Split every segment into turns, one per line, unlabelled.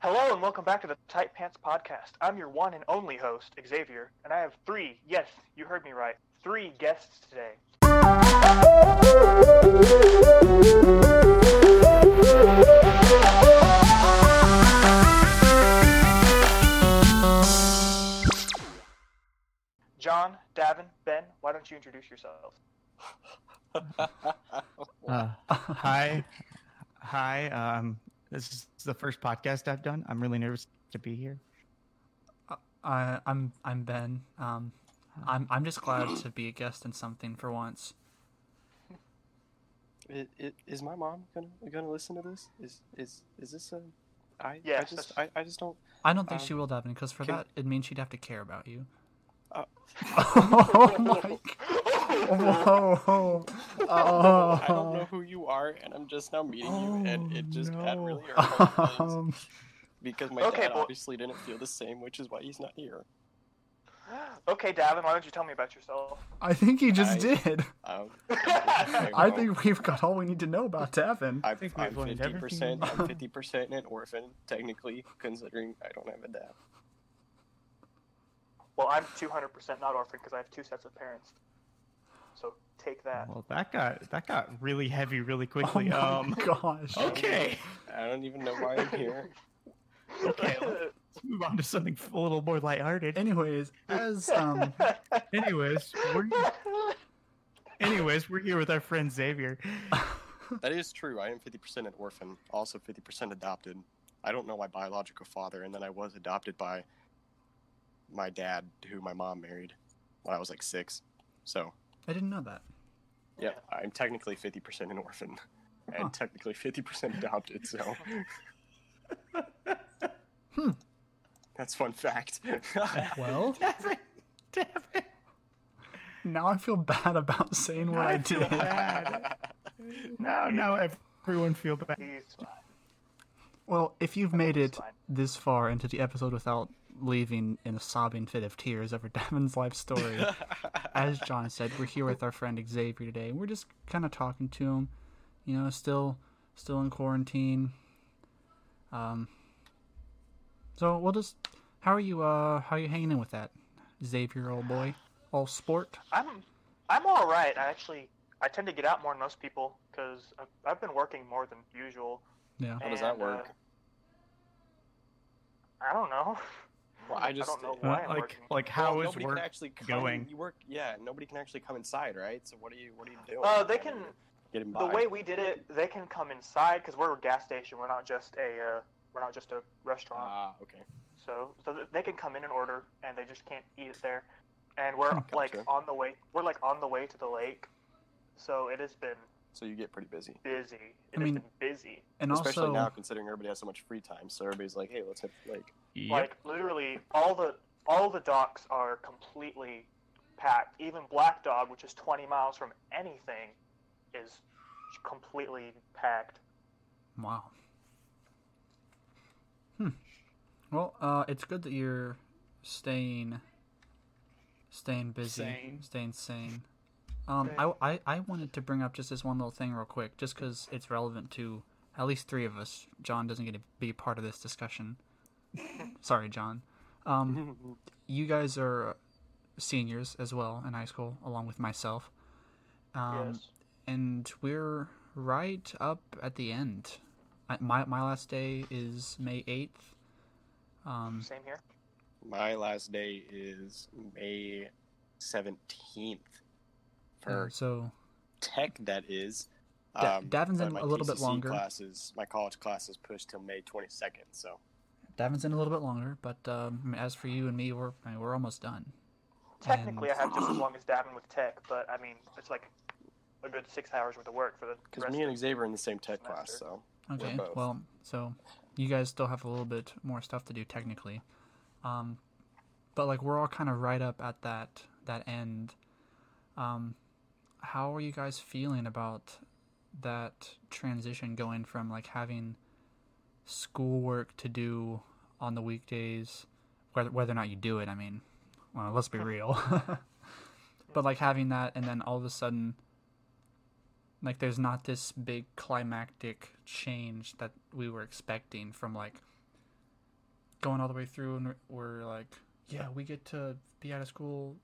Hello and welcome back to the Tight Pants Podcast. I'm your one and only host, Xavier, and I have three, yes, you heard me right, three guests today. John, Davin, Ben, why don't you introduce yourselves?
Uh, hi, hi. Um, this is the first podcast I've done. I'm really nervous to be here.
I I'm I'm Ben. Um, I'm I'm just glad to be a guest in something for once.
Is, is my mom gonna gonna listen to this? Is is is this a? I I
Yes,
just I,
that's-
I just don't.
I don't think
Um,
she will, Devin, because for
can-
that it means she'd have to care about you.
Uh,
oh my! Whoa! Oh.
I don't know who you are, and I'm just now meeting you, and it just had really hurt my feelings
Um,
because my
Okay,
dad
well-
obviously didn't feel the same, which is why he's not here.
okay, Davin, why don't you tell me about yourself?
I think he just
I-
did.
Um,
I think we've got all we need to know about Devin.
I'm,
think
I'm
we've learned
50%. I'm
everything.
50% an orphan, technically, considering I don't have a dad.
Well, I'm 200% not orphan because I have two sets of parents. So take that.
Well, that got that got really heavy really
Oh
quickly.
my
um,
gosh!
okay,
I don't even know why I'm here.
okay. Let's move on to something a little more lighthearted.
Anyways, as um,
Anyways, we're anyways we're here with our friend Xavier.
That is true. I am 50% an orphan, also 50% adopted. I don't know my biological father, and then I was adopted by my dad, who my mom married when I was like six. So,
I didn't know that.
yeah, I'm technically 50% an orphan
Huh.
and technically 50% adopted. So,
Hmm.
that's fun fact.
Well,
Devin, Devin.
now I feel bad about saying what I
feel
did.
bad. No, no, everyone feel bad.
He's fine.
Well, if you've made
it's
it
fine.
this far into the episode without leaving in a sobbing fit of tears over Davin's life story, as John said, we're here with our friend Xavier today. We're just kind of talking to him, you know, still still in quarantine. Um So, we'll just how are you uh how are you hanging in with that? Xavier old boy, all sport.
I'm I'm all right. I actually I tend to get out more than most people because I've, I've been working more than usual.
Yeah.
How does that
and, uh,
work?
I don't know.
Well, I just
don't know
Uh,
why I'm
like,
working.
like, how
well,
is
nobody
work?
can actually come,
going?
You work, yeah. Nobody can actually come inside, right? So what are you, what are you doing?
Uh, they can
Getting by.
the way we did it. They can come inside because we're a gas station. We're not just a uh, we're not just a restaurant.
Ah, okay.
So so th- they can come in and order, and they just can't eat it there. And we're like
Gotcha.
on the way. We're like on the way to the lake. So it has been
So you get pretty busy,
busy. It
I mean,
has been busy.
And
especially
also
now considering everybody has so much free time. So everybody's like, "Hey, let's hit the lake."
Yep.
Like literally, all the all the docks are completely packed. Even Black Dog, which is 20 miles from anything, is completely packed.
Wow. Hmm. Well, uh, it's good that you're staying, staying busy,
Sane.
staying sane. Um, I, I, I wanted to bring up just this one little thing real quick, just because it's relevant to at least three of us. John doesn't get to be part of this discussion. Sorry, John.
Mm-hmm.
Um, you guys are seniors as well in high school, along with myself. Um,
yes.
and we're right up at the end. I, my my last day is May eighth. Um,
Same here.
My last day is May seventeenth for
and so
tech. That is.
Hmm.
Um,
Da- Davin's
but
in
my
a little bit
TCC
longer.
Classes, my college classes pushed till May twenty second. So
Davin's in a little bit longer, but um, as for you and me, we're I mean, we're almost done.
Technically,
And-
I have just as long as Davin with tech, but I mean, it's like a good six hours worth of work for the
because
rest.
me
Of,
and Xavier are in the same tech class,
semester.
so
Okay,
both.
well, so you guys still have a little bit more stuff to do technically, um, but like we're all kind of right up at that that end. Um, how are you guys feeling about that transition going from like having schoolwork to do on the weekdays, whether whether or not you do it? I mean, well, let's be real. but like having that, and then all of a sudden, like there's not this big climactic change that we were expecting from like going all the way through, and we're like, yeah, we get to be out of school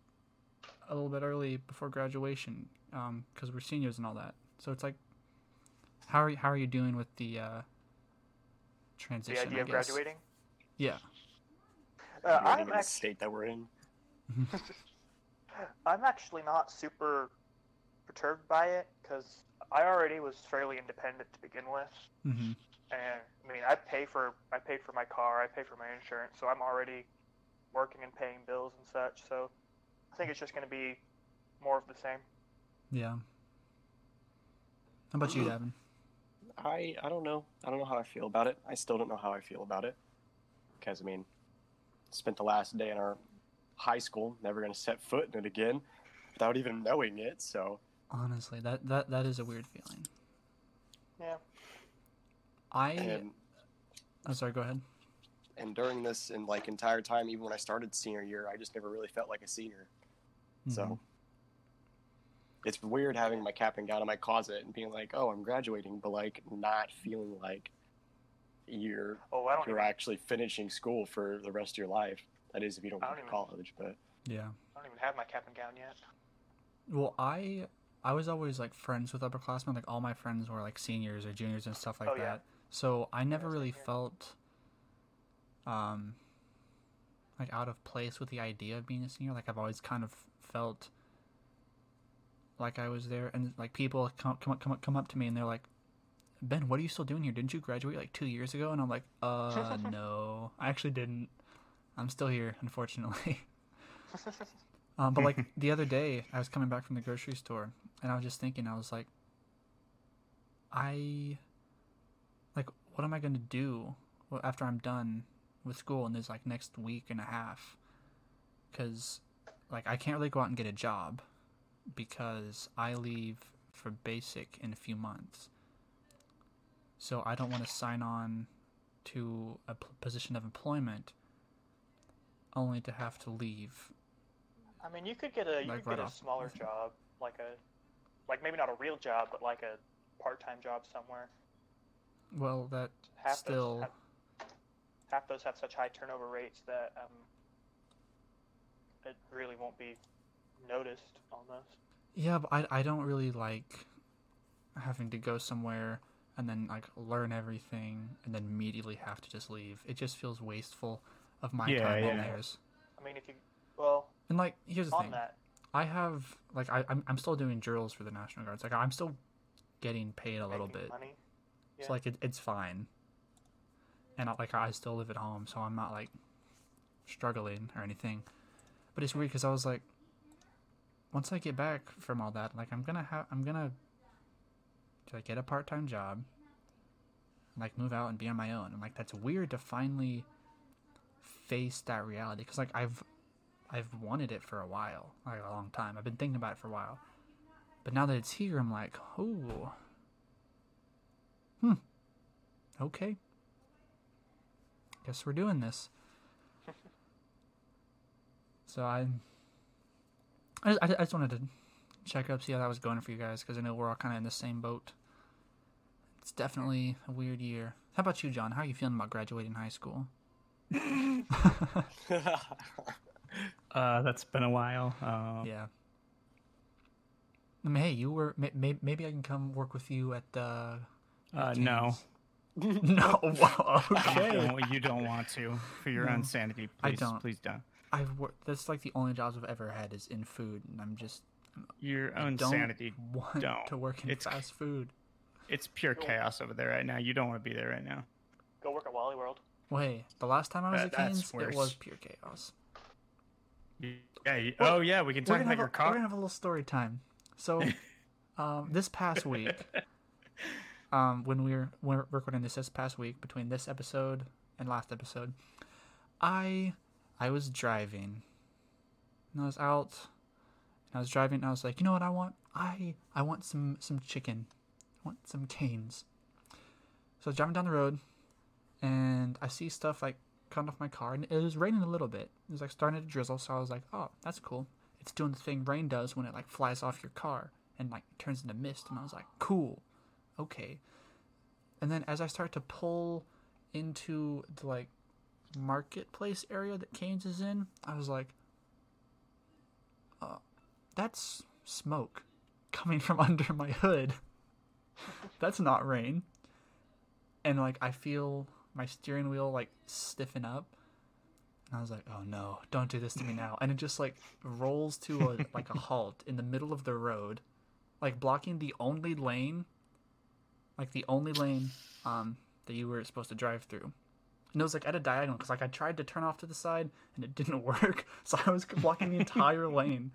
a little bit early before graduation because we're seniors and all that. So it's like, how are you, how are you doing with the uh,
The
transition?
idea
I
of
guess?
graduating.
Yeah.
Uh,
Living in
I'm
the
actually
state that we're in.
I'm actually not super perturbed by it because I already was fairly independent to begin with,
hmm
and I mean I pay for I pay for my car, I pay for my insurance, so I'm already working and paying bills and such. So I think it's just going to be more of the same.
Yeah. How about you, Davin?
I I don't know. I don't know how I feel about it. I still don't know how I feel about it. Because I mean, spent the last day in our high school, never gonna set foot in it again, without even knowing it. So
Honestly, that, that that is a weird feeling.
Yeah.
I.
and
I'm sorry. Go ahead.
and during this and like entire time, even when I started senior year, I just never really felt like a senior.
Mm-hmm.
So it's weird having my cap and gown in my closet and being like, oh, I'm graduating, but like not feeling like you're
Oh, I don't.
you're
Even,
actually finishing school for the rest of your life. That is, if you don't
I
go to
don't even-
college, but.
Yeah.
I don't even have my cap and gown yet.
Well, I I was always like friends with upperclassmen. Like all my friends were like seniors or juniors and stuff like
Oh,
that.
yeah.
So I never
same
really
here.
felt um like out of place with the idea of being a senior. Like I've always kind of felt like I was there, and like people come come up- come up, come up to me and they're like. Ben, what are you still doing here? Didn't you graduate like two years ago? And I'm like, uh, no, I actually didn't. I'm still here, unfortunately. Um, but like the other day, I was coming back from the grocery store, and I was just thinking, I was like, I, like, what am I gonna do well, after I'm done with school in this like next week and a half? Because, like, I can't really go out and get a job because I leave for basic in a few months. So I don't want to sign on to a p- position of employment only to have to leave
I mean, you could get a you
Like,
could
right
get a
off-
smaller job, like a like maybe not a real job, but like a part-time job somewhere.
Well, that
half
still,
those have, half those have such high turnover rates that um, it really won't be noticed almost.
yeah, but I I don't really like having to go somewhere and then like learn everything and then immediately have to just leave. It just feels wasteful of my
Yeah,
time and
yeah.
theirs.
I mean, if you well
And like, here's the
on
thing:
that,
I have like I I'm, I'm still doing drills for the National Guards. Like I'm still getting paid a little
making
bit.
money.
So
Yeah.
like it, it's fine. And I, like I still live at home, so I'm not like struggling or anything. But it's weird because I was like, once I get back from all that, like I'm gonna have, I'm gonna like get a part time job, and, like move out and be on my own. And like that's weird to finally face that reality because like I've, I've wanted it for a while, like a long time. I've been thinking about it for a while, but now that it's here, I'm like, oh, okay. Guess we're doing this. so I, I just, I ju- I just wanted to check up, see how that was going for you guys, because I know we're all kind of in the same boat. It's definitely a weird year. How about you, John? How are you feeling about graduating high school?
Uh, that's been a while. Um,
Yeah. I mean, hey, you were may, may, maybe I can come work with you at the.
uh, no,
No, wow,
you
okay.
don't, you don't want to for your own sanity. Please,
I don't.
please don't.
I've worked. That's like the only jobs I've ever had is in food, and I'm just
Your own
don't
sanity.
want
Don't.
to work in
It's-
fast food.
It's pure chaos over there right now. You don't want to be there right now.
Go work at Wally World.
Wait, the last time I was
That-
at
that's
Canes, it was
worse.
pure chaos.
Yeah. you-
Well,
oh yeah, we can
We're
talk
gonna,
about
have a,
your
we're gonna
car.
have a little story time. So, um, this past week, um, when we were, when we we're recording this this past week, between this episode and last episode, I I was driving, and I was out, and I was driving, and I was like, you know what I want? I I want some some chicken, I want some canes. So I was driving down the road, and I see stuff like coming off my car, and it was raining a little bit. It was like starting to drizzle, so I was like, "Oh, that's cool." It's doing the thing rain does when it like flies off your car and like turns into mist, and I was like, "Cool, okay." And then as I start to pull into the like marketplace area that Canes is in, I was like, uh, that's smoke coming from under my hood. that's not rain. And like, I feel my steering wheel like stiffen up. And I was like, oh no, don't do this to me now. And it just like rolls to a, like a halt in the middle of the road, like blocking the only lane, like the only lane um, that you were supposed to drive through. And it was like at a diagonal because like I tried to turn off to the side and it didn't work. So I was blocking the entire lane.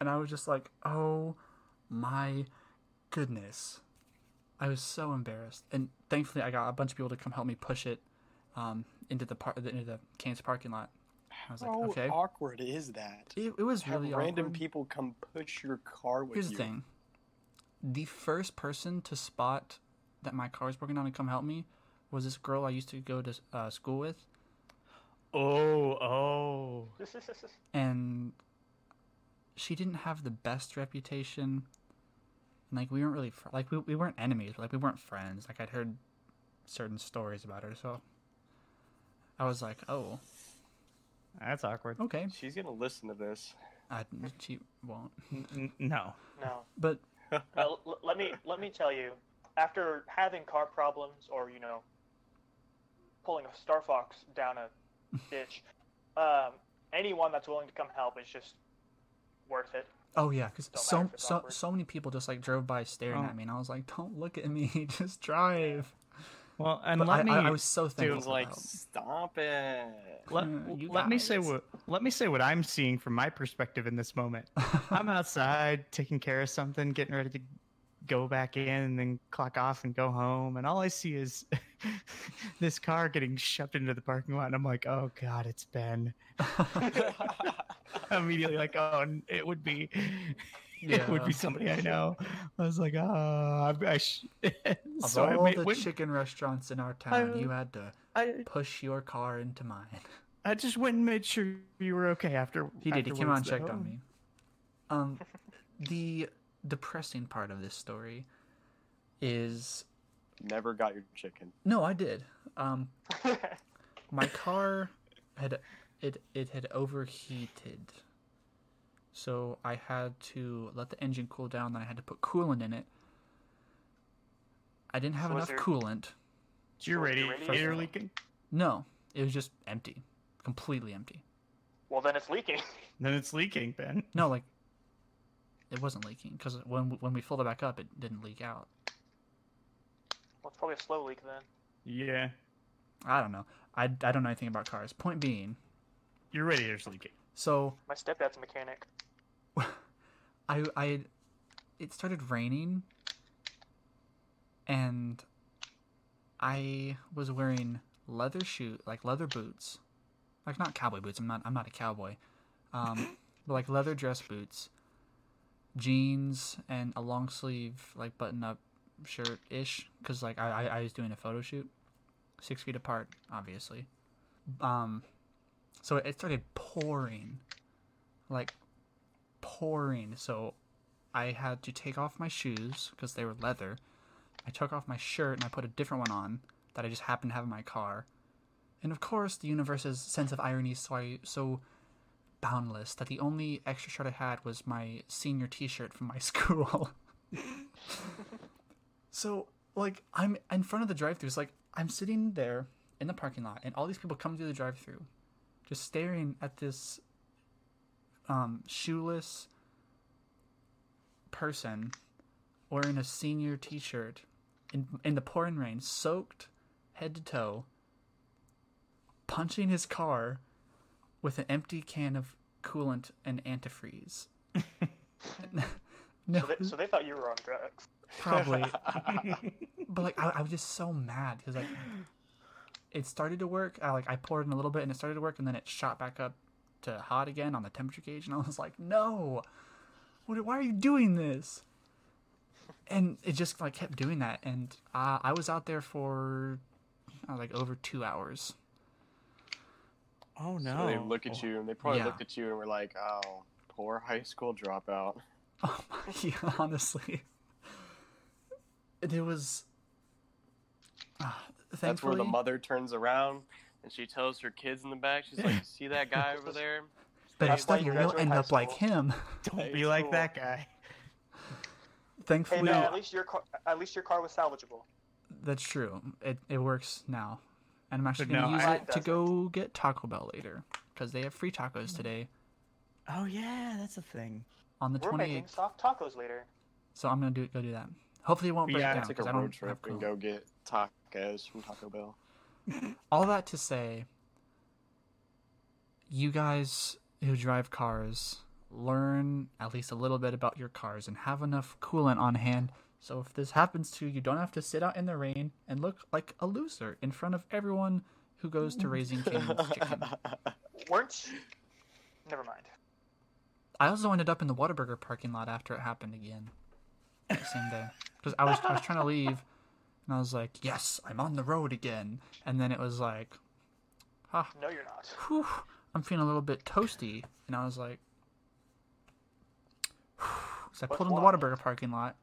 And I was just like, oh my goodness. I was so embarrassed. And thankfully, I got a bunch of people to come help me push it um, into the par- into the Canes parking lot. I was like,
How
okay.
awkward is that?
It, it was
Have
really
random
awkward.
people come push your car with
Here's
you.
the thing. The first person to spot that my car was broken down and come help me was this girl I used to go to uh, school with,
Oh, oh.
and she didn't have the best reputation. And, like we weren't really fr- like we, we weren't enemies, but, like we weren't friends. Like I'd heard certain stories about her, so I was like, oh,
That's awkward.
okay.
She's gonna listen to this.
I, she won't.
N- n- no.
no.
But
Uh, l- let me let me tell you, after having car problems or you know, pulling a Star Fox down a ditch, um, anyone that's willing to come help is just worth it.
oh yeah, because
Don't
so
matter if it's
so
awkward.
so many people just like drove by staring
Oh.
at me, and I was like, don't look at me, just drive.
Well, and
But
let
I,
me
I, I was so thankful.
She's
for
like,
that.
stop it.
let,
Uh, you
let me say
guys.
what let me say what I'm seeing from my perspective in this moment. I'm outside taking care of something, getting ready to go back in and then clock off and go home, and all I see is this car getting shoved into the parking lot, and I'm like, oh god, it's Ben. Immediately like, oh, n- it would be, it would be
Yeah.
somebody I know. I was like, oh, I, I sh-.
Of
so I
all
made,
the
went-
chicken restaurants in our town, you had to
I
push your car into mine.
I just went and made sure you were okay after
He did. He came out and
afterwards,
checked on
though.
me. Um, the depressing part of this story is
Never got your chicken.
no, I did. Um, my car had it it had overheated, so I had to let the engine cool down. Then I had to put coolant in it. I didn't have
So was
enough
there-
coolant.
Is your
Was your
radiator
radiator-
leaking?
No, it was just empty, completely empty.
Well, then it's leaking.
Then it's leaking, Ben.
No, like it wasn't leaking because when when we filled it back up, it didn't leak out.
well, it's probably a slow leak then.
Yeah,
I don't know. I, I don't know anything about cars. Point being,
your radiator's leaking.
so
My stepdad's a mechanic.
I I it started raining, and I was wearing leather shoe like leather boots, like not cowboy boots. I'm not I'm not a cowboy, um, but like leather dress boots, jeans, and a long sleeve like button up shirt ish because like I, I I was doing a photo shoot, six feet apart obviously, um, so it started pouring, like pouring. So I had to take off my shoes because they were leather. I took off my shirt and I put a different one on that I just happened to have in my car. And of course, the universe's sense of irony is so, so boundless that the only extra shirt I had was my senior t shirt from my school. so, like, I'm in front of the drive thru. It's like I'm sitting there in the parking lot, and all these people come through the drive thru just staring at this um, shoeless person wearing a senior t-shirt in, in the pouring rain soaked head to toe punching his car with an empty can of coolant and antifreeze no
So they, so they thought you were on drugs.
probably but like I, I was just so mad because like it started to work I, like i poured in a little bit and it started to work and then it shot back up to hot again on the temperature gauge and i was like no what, are- why are you doing this and it just like kept doing that and uh, i was out there for uh, like over two hours
Oh no!
So they look at you and they probably
Yeah.
looked at you and were like, oh, poor high school dropout.
Oh my, yeah, honestly. It was. Uh,
That's where
thankfully-
the mother turns around.
and she tells her kids in the back, she's like, "See that guy over there?
Better
That's why
study
you
or
guys
you'll
are in
end
high
up like
school.
him.
Don't
Hey,
be like
cool.
that guy.
Hey,
Thankfully,
man, at least your car, at least your car was salvageable.
that's true. It, it works now. And I'm actually
But
going to
no,
use
I-
it to
Doesn't.
go get Taco Bell later because they have free
Hmm.
tacos today
Oh yeah, that's a thing.
on the
We're making
28th.
soft tacos later. So
So I'm going to do go do that. Hopefully, it won't break
Yeah,
down
it's
Take a
because I
road
don't
trip
have
and go
Chrome.
get tacos from Taco Bell.
all that to say you guys who drive cars learn at least a little bit about your cars and have enough coolant on hand so if this happens to you you don't have to sit out in the rain and look like a loser in front of everyone who goes to raising cane's chicken
weren't. you- Never mind.
i also ended up in the Whataburger parking lot after it happened again that same day because I was, I was trying to leave and i was like yes i'm on the road again and then it was like ha
No, you're not.
whew, I'm feeling a little bit toasty. And I was like, so I
What's
pulled in the
why?
Whataburger parking lot.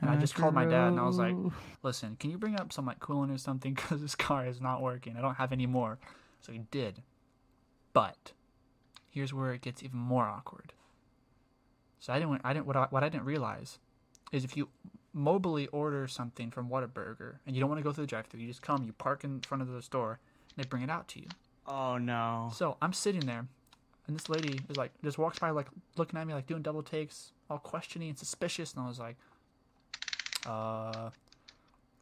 And I just called my dad and I was like, listen, can you bring up some like coolant or something? Because this car is not working. I don't have any more. So he did. But here's where it gets even more awkward. So I didn't, I didn't, what I, what I didn't realize is if you mobily order something from Whataburger and you don't want to go through the drive through, you just come, you park in front of the store, and they bring it out to you.
Oh no.
So I'm sitting there, and this lady is like, just walks by, like looking at me, like doing double takes, all questioning and suspicious. And I was like, uh,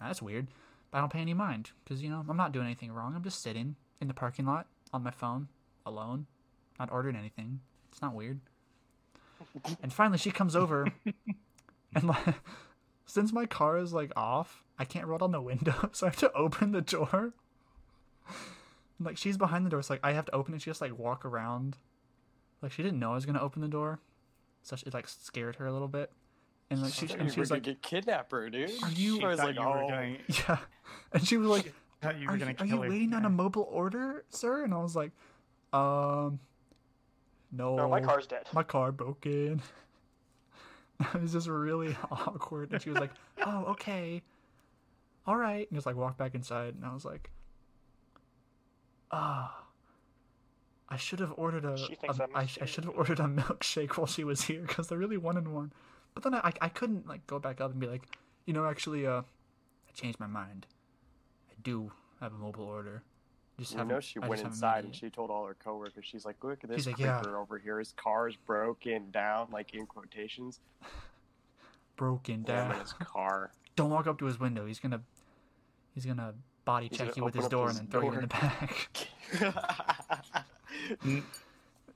that's weird. But I don't pay any mind because you know I'm not doing anything wrong. I'm just sitting in the parking lot on my phone, alone, not ordering anything. It's not weird. and finally, she comes over, and like, since my car is like off, I can't roll down the window, so I have to open the door. And, Like she's behind the door, so like I have to open it. She just like walk around. Like she didn't know I was gonna open the door, so she- it like scared her a little bit. And like she,
Dude,
and she
we're
was
gonna
like,
get kidnapped, bro, dude.
"Are you?"
I was
Thought
like,
you were
oh.
going-
Yeah, and she was like,
thought you were
"Are you,
gonna
are
kill
you
her.
waiting on a mobile order, sir?" And I was like, "Um, no,
No,
Oh.
my car's dead.
my car broke in." it was just really awkward, and she was like, "Oh, okay, all right," and just like walked back inside, and I was like, "Ah." I should have ordered a,
She
a
thinks I'm
I, sh- I should have ordered a milkshake while she was here because they're really one in one. But then I, I I couldn't like go back up and be like, you know, actually, uh, I changed my mind. I do have a mobile order. Just
You
haven't-
know, she
I
went
just haven't
inside
made
and
it
she told all her coworkers, she's like, look at this
She's like,
creeper
yeah.
over here. His car's broken down, like in quotations.
yet. broken
Yeah.
down.
his car.
Don't walk up to his window. He's gonna, he's gonna body
He's
check
gonna
you with
open
his
up
door
his
and then throw you in
door.
the back.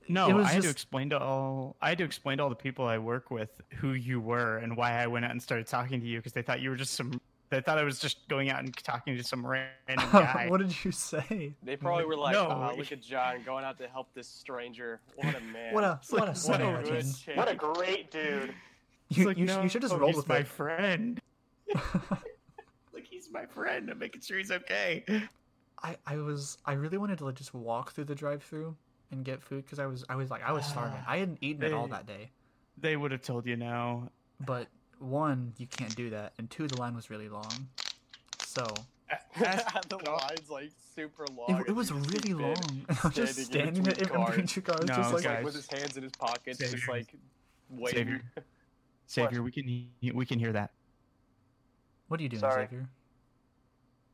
No,
It was
I had to
just-
explain to all I had to explain to all the people I work with who you were and why I went out and started talking to you because they thought you were just some they thought I was just going out and talking to some random guy.
what did you say?
They probably were like,
No.
"Ah, look at John going out to help this stranger. What a man.
What a
It's
what
like,
a
what a
what a
Samaritan!
good
What a
chick."
great dude.
It's
you
like,
you, sh- you should just
oh,
"No, oh,
roll
he's
with
my
it.
friend. like he's my friend. I'm making sure he's okay.
I, I was I really wanted to like, just walk through the drive-through and get food because I was I was like I was starving. I hadn't eaten at all
Hey.
that day.
They would have told you no.
But one, you can't do that, and two, the line was really long. So
the line's like super long.
it,
and
it was
you just see
really
Ben
long. I was just
standing in
standing in
between
between two cars,
No,
just like
guys.
Like with his hands in his pockets, just
Xavier.
like waiting.
Savior, we can he- we can hear that.
what are you doing,
Sorry.
Xavier?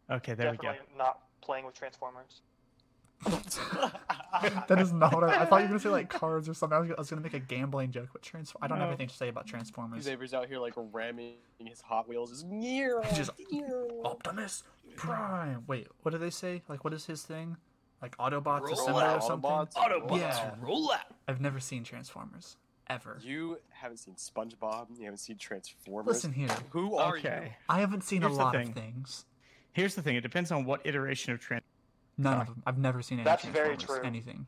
Okay, there
Definitely not playing with Transformers.
That is not what I, I thought you were gonna say like cars or something. I was, gonna- I was gonna make a gambling joke, but transform. I don't have
No.
anything to say about Transformers.
Xavier's out here like ramming his Hot Wheels. It's Nero.
Just-
Nero.
Optimus Prime. Wait, what do they say? Like, what is his thing? Like Autobots
Roll
assemble
out,
or something?
Autobots.
Yeah.
Roll out.
I've never seen Transformers ever.
You haven't seen SpongeBob. You haven't seen Transformers.
Listen here,
Who
we go.
are
Okay.
I haven't seen
Here's
a
the
lot
thing.
of things.
Here's the thing. It depends on what iteration of trans.
None
Sorry.
of them. I've never seen any
That's very
Transformers,
true.
Anything.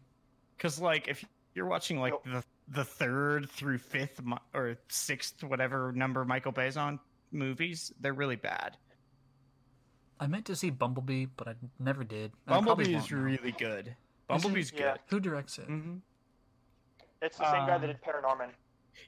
Because like if you're watching like the the third through fifth Mi- or sixth whatever number Michael Bay's on movies, they're really bad.
I meant to see Bumblebee, but I never did. and I probably
Bumblebee
won't
is
now.
really good. Bumblebee's
Yeah.
good.
Who directs it?
Mm-hmm.
you. It's the same guy that
Um,
did Paranorman.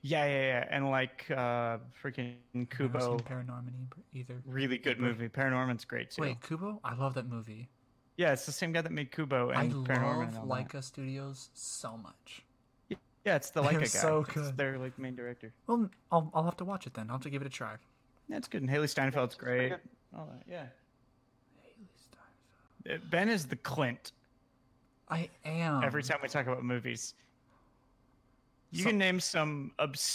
Yeah, yeah, yeah. And like uh freaking
I've never seen
Kubo,
Paranorman e- either.
really good movie. Paranorman's great too.
Wait, Kubo? I love that movie.
Yeah, it's the same guy that made Kubo
I
and Paranorman. and
love
all that.
Leica Studios so much.
Yeah, it's the
They're
Leica guy.
so
It's
good.
their like main director.
Well, I'll, I'll have to watch it then. I'll have to give it a try.
That's good. And Haley Steinfeld's
it's pretty
great. All that. Yeah.
Haley Steinfeld.
Uh, Ben is the Clint.
I am.
every time we talk about movies.
Um.
You
So-
can name some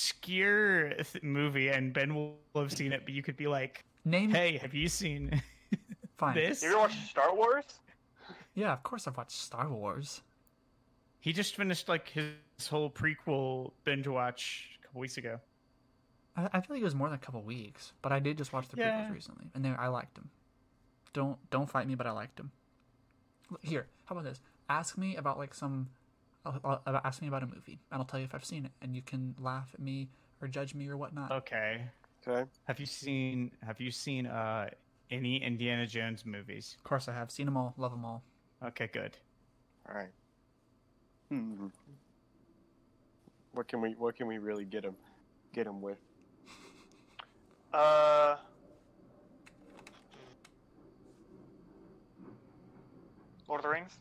obscure th- movie and Ben will have seen it, but you could be like,
Name
"Hey, have you seen
fine.
this?"
You ever watch Star Wars?
Yeah, of course I've watched Star Wars.
He just finished like his whole prequel binge watch a couple weeks ago.
I, I feel like it was more than a couple weeks, but I did just watch the
Yeah.
prequels recently, and they, I liked them. Don't don't fight me, but I liked them. Look, Here, how about this? Ask me about like some, I'll, I'll- I'll- ask me about a movie, and I'll tell you if I've seen it, and you can laugh at me or judge me or
Uh,
whatnot.
Okay.
Okay.
Have you seen Have you seen uh any Indiana Jones movies?
Of course, I have seen them all, love them all.
Okay, good.
All right. Hmm. What can we What can we really get him get him with?
Uh. Lord of the Rings.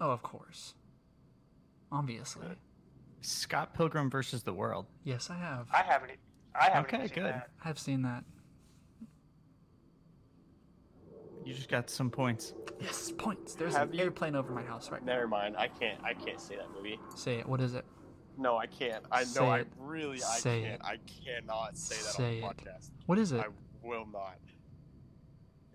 Oh, of course, obviously.
Scott Pilgrim versus the World.
Yes, I have.
I haven't. e- I haven't.
Okay,
even seen
good.
that.
I have seen that.
You just got some points.
Yes, points. There's
Have
an
you-
airplane over my house right now.
Never mind. I can't. I can't say that movie.
Say it. What is it?
No, I can't. I
Say
know. I
it.
really.
Say
I can't.
it.
I cannot say that
Say it.
on the podcast.
What is it?
I will not.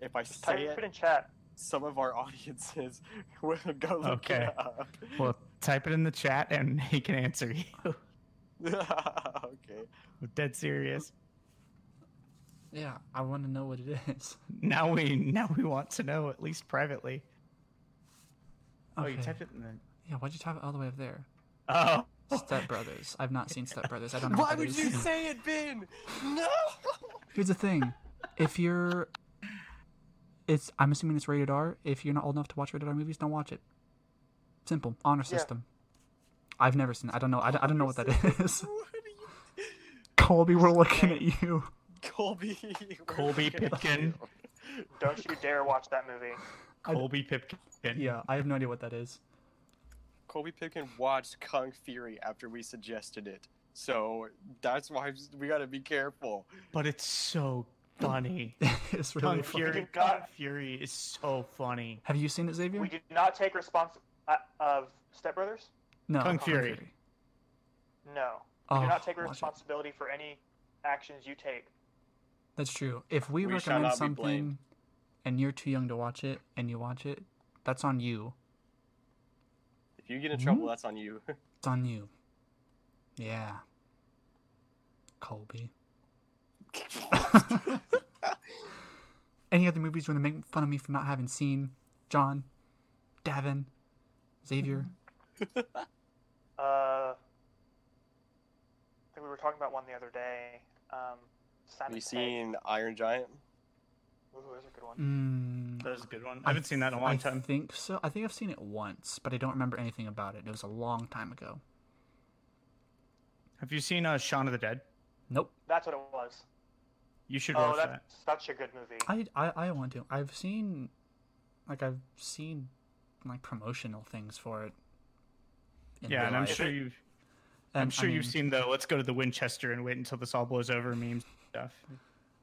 If I
Just type
say
it
it,
in chat.
some of our audiences will go look
Okay.
it up.
Well, type it in the chat and he can answer you.
okay.
I'm dead serious.
Yeah, I want to know what it is.
Now we now we want to know at least privately. Oh, you
Okay.
typed it in the.
Yeah, why'd you type it all the way up there?
Oh,
Step Brothers. I've not seen Step Brothers. I don't know.
Why
what that
would
is.
you say it, Ben? No.
Here's the thing: if you're, it's I'm assuming it's rated R. If you're not old enough to watch rated R movies, don't watch it. Simple honor
Yeah.
system. I've never seen. it. I don't know. I don't, I don't know what that is.
What are you,
Colby, we're looking at you.
Colby? we're
Colby
looking at
Pipkin.
you.
Don't you dare watch that movie.
I-
Colby Pipkin.
Yeah, I have no idea what that is.
Colby Pipkin watched Kung Fury after we suggested it, so that's why we got to be careful.
but it's so funny.
it's really
Kung
fun.
Fury.
Fucking
Kung
God.
Fury is so funny.
Have you seen it, Xavier?
We did not take response uh, of Step Brothers.
no.
Kung Fury.
No, we
Oh,
do not take
watch it.
responsibility for any actions you take.
That's true. If we,
We shall
recommend
not be
something
blamed.
and you're too young to watch it and you watch it, that's on you.
If you get in trouble, that's on you.
It's on you. Yeah. Colby. Any other movies you want to make fun of me for not having seen? John, Davin, Xavier.
Uh, I think we were talking about one the other day. Um, Simon
Have you
Pegg.
seen Iron Giant?
Ooh, there's a good one.
Mm,
That was a good one. I haven't seen that in a long
I
time.
think so. I think I've seen it once, but I don't remember anything about it. It was a long time ago.
Have you seen uh, Shaun of the Dead?
Nope.
That's what it was.
You should
Oh,
watch
that's
that.
such a good movie.
I, I I want to. I've seen, like I've seen, like promotional things for it. in
Yeah,
real
and I'm
life.
sure you've
And,
I'm
I
sure you've
mean,
seen the "Let's go to the Winchester and wait until this all blows over" memes and stuff.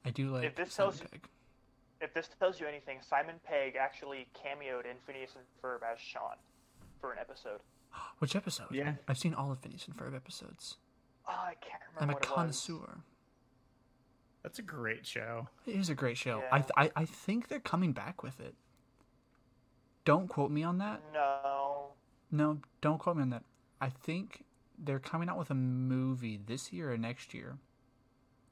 I do like.
this
Simon
tells you-
Pegg.
If this tells you anything, Simon Pegg actually cameoed in Phineas and Ferb as Sean for an episode.
Which episode?
Yeah.
I've seen all of Phineas and Ferb episodes.
Oh, I can't
I'm
remember
a
what it was.
connoisseur.
That's a great show.
It is a great show. I, th- I I think they're coming back with it. Don't quote me on that.
No,
No, don't quote me on that. I think they're coming out with a movie this year or next year.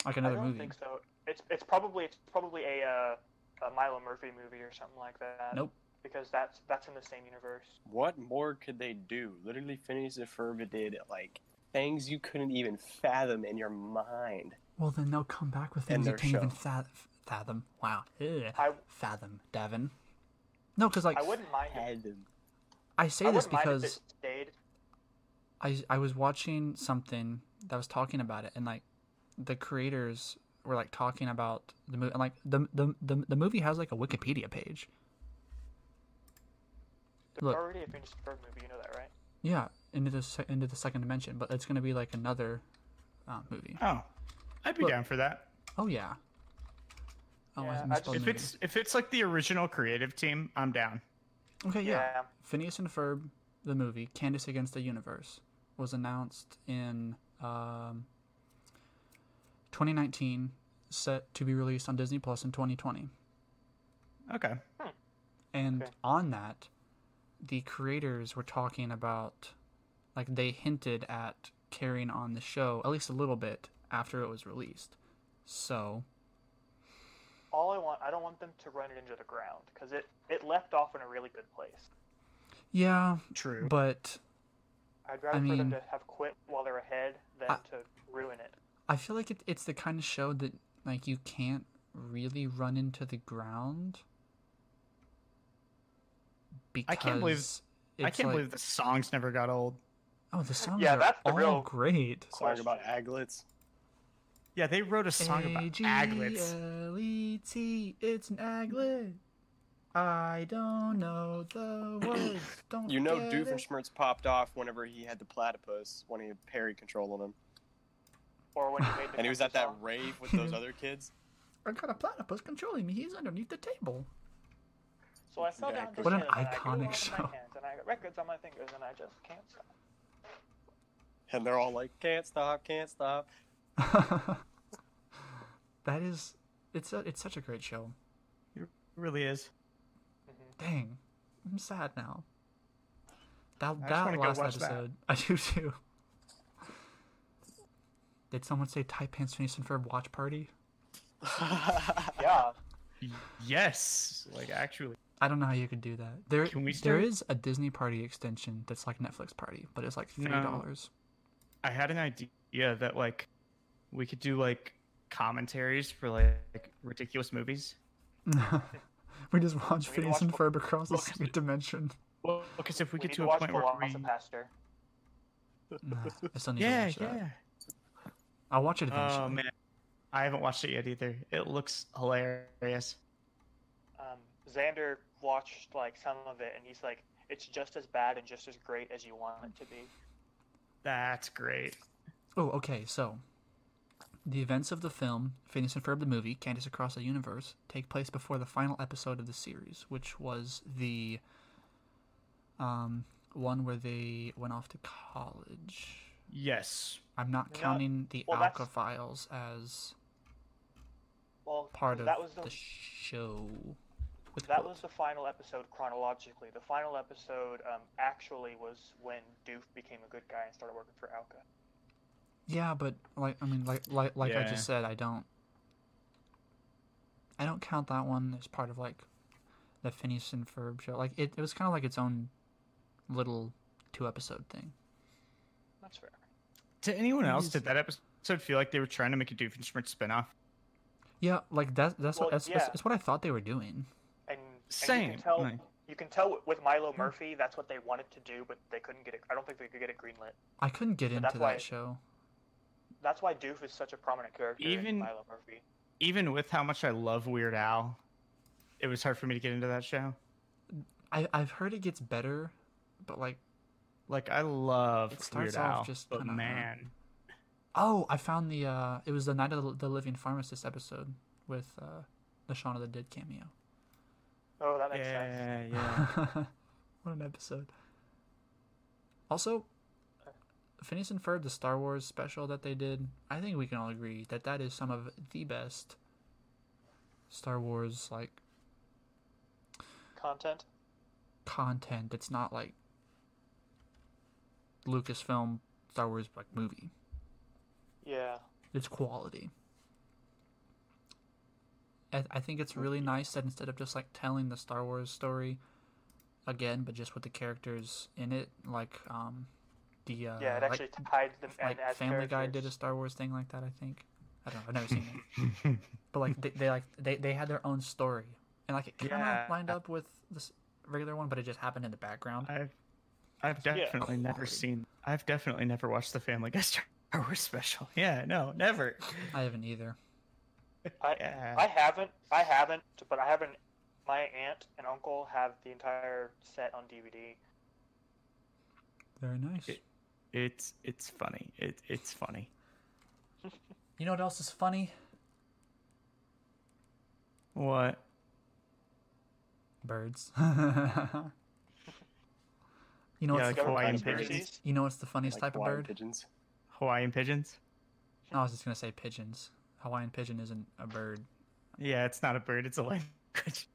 Like another
I don't
movie.
think so. It's it's probably it's probably a, uh, a Milo Murphy movie or something like that.
Nope.
Because that's that's in the same universe.
What more could they do? Literally, Phineas and Ferb did like things you couldn't even fathom in your mind.
Well, then they'll come back with
And
things you
their
can't even
show.
fa- fathom. Wow. Ugh.
I-
fathom, Davin. No, because like
I wouldn't mind. If,
Fathom.
I
I
say this
wouldn't mind if
because
it stayed.
I I was watching something that was talking about it, and like the creators were like talking about the movie, and like the the the, the movie has like a Wikipedia page. Look.
already a Venusberg movie. You know that, right?
Yeah, into the se- into the second dimension, but it's gonna be like another uh, movie.
Oh, I'd be
Look.
down for that.
Oh yeah. Oh,
Yeah,
I
I just-
misspelled
If
movie.
it's if it's like the original creative team, I'm down.
okay, yeah. Phineas and Ferb, the movie Candace Against the Universe, was announced in um, 2019, set to be released on Disney Plus in 2020.
Okay.
And
Okay.
on that, the creators were talking about, like, they hinted at carrying on the show at least a little bit after it was released. So,
All I want, I don't want them to run it into the ground because it it left off in a really good place.
yeah,
True.
but
I'd rather for
mean-
them to have quit while they're ahead than
I-
to ruin it.
I feel like it, it's the kind of show that, like, you can't really run into the ground. Because
I can't believe- I
it's
can't
like-
believe the songs never got old.
Oh, the songs
Yeah,
are
that's the
all
real
great.
Song about
Question.
aglets.
Yeah, they wrote a song about aglets.
A-G-L-E-T, E it's an aglet. I don't know the words. Don't
You know,
get it.
Doofenshmirtz popped off whenever he had the platypus when he had Perry controlling him,
Or when you made the
and he was
country
at that
song.
rave with those other kids.
I got a platypus controlling me. He's underneath the table.
So I fell
Yeah,
down the
what
an
stairs and I grew
iconic
up in
show.
My hands and I got records on my fingers and I just can't stop.
And they're all like, "Can't stop, can't stop."
that is, it's a, it's such a great show.
It really is.
Dang, I'm sad now. That
I just wanna
that
go
last
watch that.
episode, I do too. Did someone say tight pants Phineas and Ferb watch party?
Yeah.
Yes. Like actually.
I don't know how you could do that. There,
Can we
there
start-
is a Disney Party extension that's like Netflix Party, but it's like three
No.
dollars.
I had an idea that like we could do like commentaries for like, ridiculous movies.
we just watch
to
Phineas
watch
and
Bo-
Ferb across the
Bo-
second dimension.
Well, because if we,
We
get
need
to
to
a
watch
point where we,
Velocipaster.
Nah, I still need to
yeah,
watch that.
yeah.
I'll watch it eventually.
Oh man, I haven't watched it yet either. It looks hilarious.
Um, Xander watched like some of it and he's like, it's just as bad and just as great as you want it to be.
That's great.
Oh, okay. So, the events of the film Phineas and Ferb the movie Candace Across the Universe take place before the final episode of the series, which was the um one where they went off to college.
Yes.
I'm not
No,
counting the
well, that's-
Alka Files as
Well,
part of
that was the,
the show. With
that was
quotes.
the final episode chronologically. The final episode um, actually was when Doof became a good guy and started working for Alka.
Yeah, but like I mean, like like like I
Yeah.
just said, I don't, I don't count that one as part of like the Phineas and Ferb show. Like it, it was kind of like its own little two episode thing.
That's fair.
To anyone else,
Yes.
did that episode feel like they were trying to make a Doofenshmirtz spinoff?
Yeah, like that. That's
Well,
what that's, that's,
yeah.
that's what I thought they were doing.
And, and you
Same.
can tell
like-
you can tell with Milo Murphy that's what they wanted to do, but they couldn't get it. I don't think they could get it greenlit.
I couldn't get
But
into
that's why-
that show.
That's why Doof is such a prominent character.
Even-
in Milo Murphy.
even with how much I love Weird Al, it was hard for me to get into that show.
I I've heard it gets better, but like
Like I love
It starts
Weird
off
Al,
just
but
kinda, uh,
man,
oh, I found the uh, it was the night of the, the living pharmacist episode with uh, the Shaun of the Dead cameo.
Oh, that makes sense.
yeah, yeah.
what an episode. Also, Phineas and Ferb, the Star Wars special that they did, I think we can all agree that that is some of the best Star Wars like
Content.
content. It's not like Lucasfilm Star Wars like movie.
Yeah.
It's quality. I, I think it's really nice that instead of just like telling the Star Wars story again, but just with the characters in it, like um, the uh,
Yeah, it
like-
actually tied them and
like
as
Family Guy did a
characters.
Star Wars thing like that. I think I don't know. I've never seen it, but like they, they like they, they had their own story, and like it kind of
Yeah.
lined up with this regular one, but it just happened in the background.
I've I've definitely never
Quality.
seen. I've definitely never watched the Family Guy Star Wars special. Yeah, no, never.
I haven't either.
I,
Yeah.
I haven't. I haven't. But I haven't. my aunt and uncle have the entire set on DVD.
Very nice.
It- It's it's funny. It it's funny.
You know what else is funny?
What?
Birds. you know what's
Yeah,
the
like
Discovered
Hawaiian
conspiracies.
pigeons.
You know what's the funniest
Like
type of
Hawaiian
bird?
Pigeons.
Hawaiian pigeons?
I was just gonna say pigeons. Hawaiian pigeon isn't a bird.
Yeah, it's not a bird. It's a language.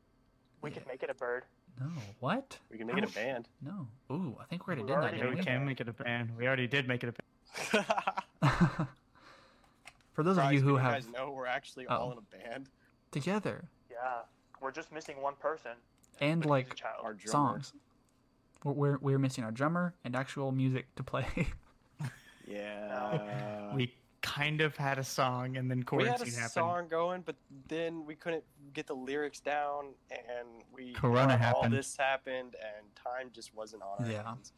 We
Yeah.
could make it a bird.
No, what? Oh,
We can make it a band.
No. Ooh, I think we already
We
did that,
already
Yeah, we
didn't
can make it a band. We already did make it a band.
we? For those of
Surprised
you who
you
have
guys know we're actually all in a band.
together
Yeah, we're just missing one person.
and
but he's a
like
child.
Our drummer.
songs, we're, we're we're missing our drummer and actual music to play.
Yeah.
we kind of had a song and then
We
quarantine
had a
happened.
song going, but then we couldn't get the lyrics down, and we
Corona
all
happened.
this happened, and time just wasn't on our
Yeah.
hands.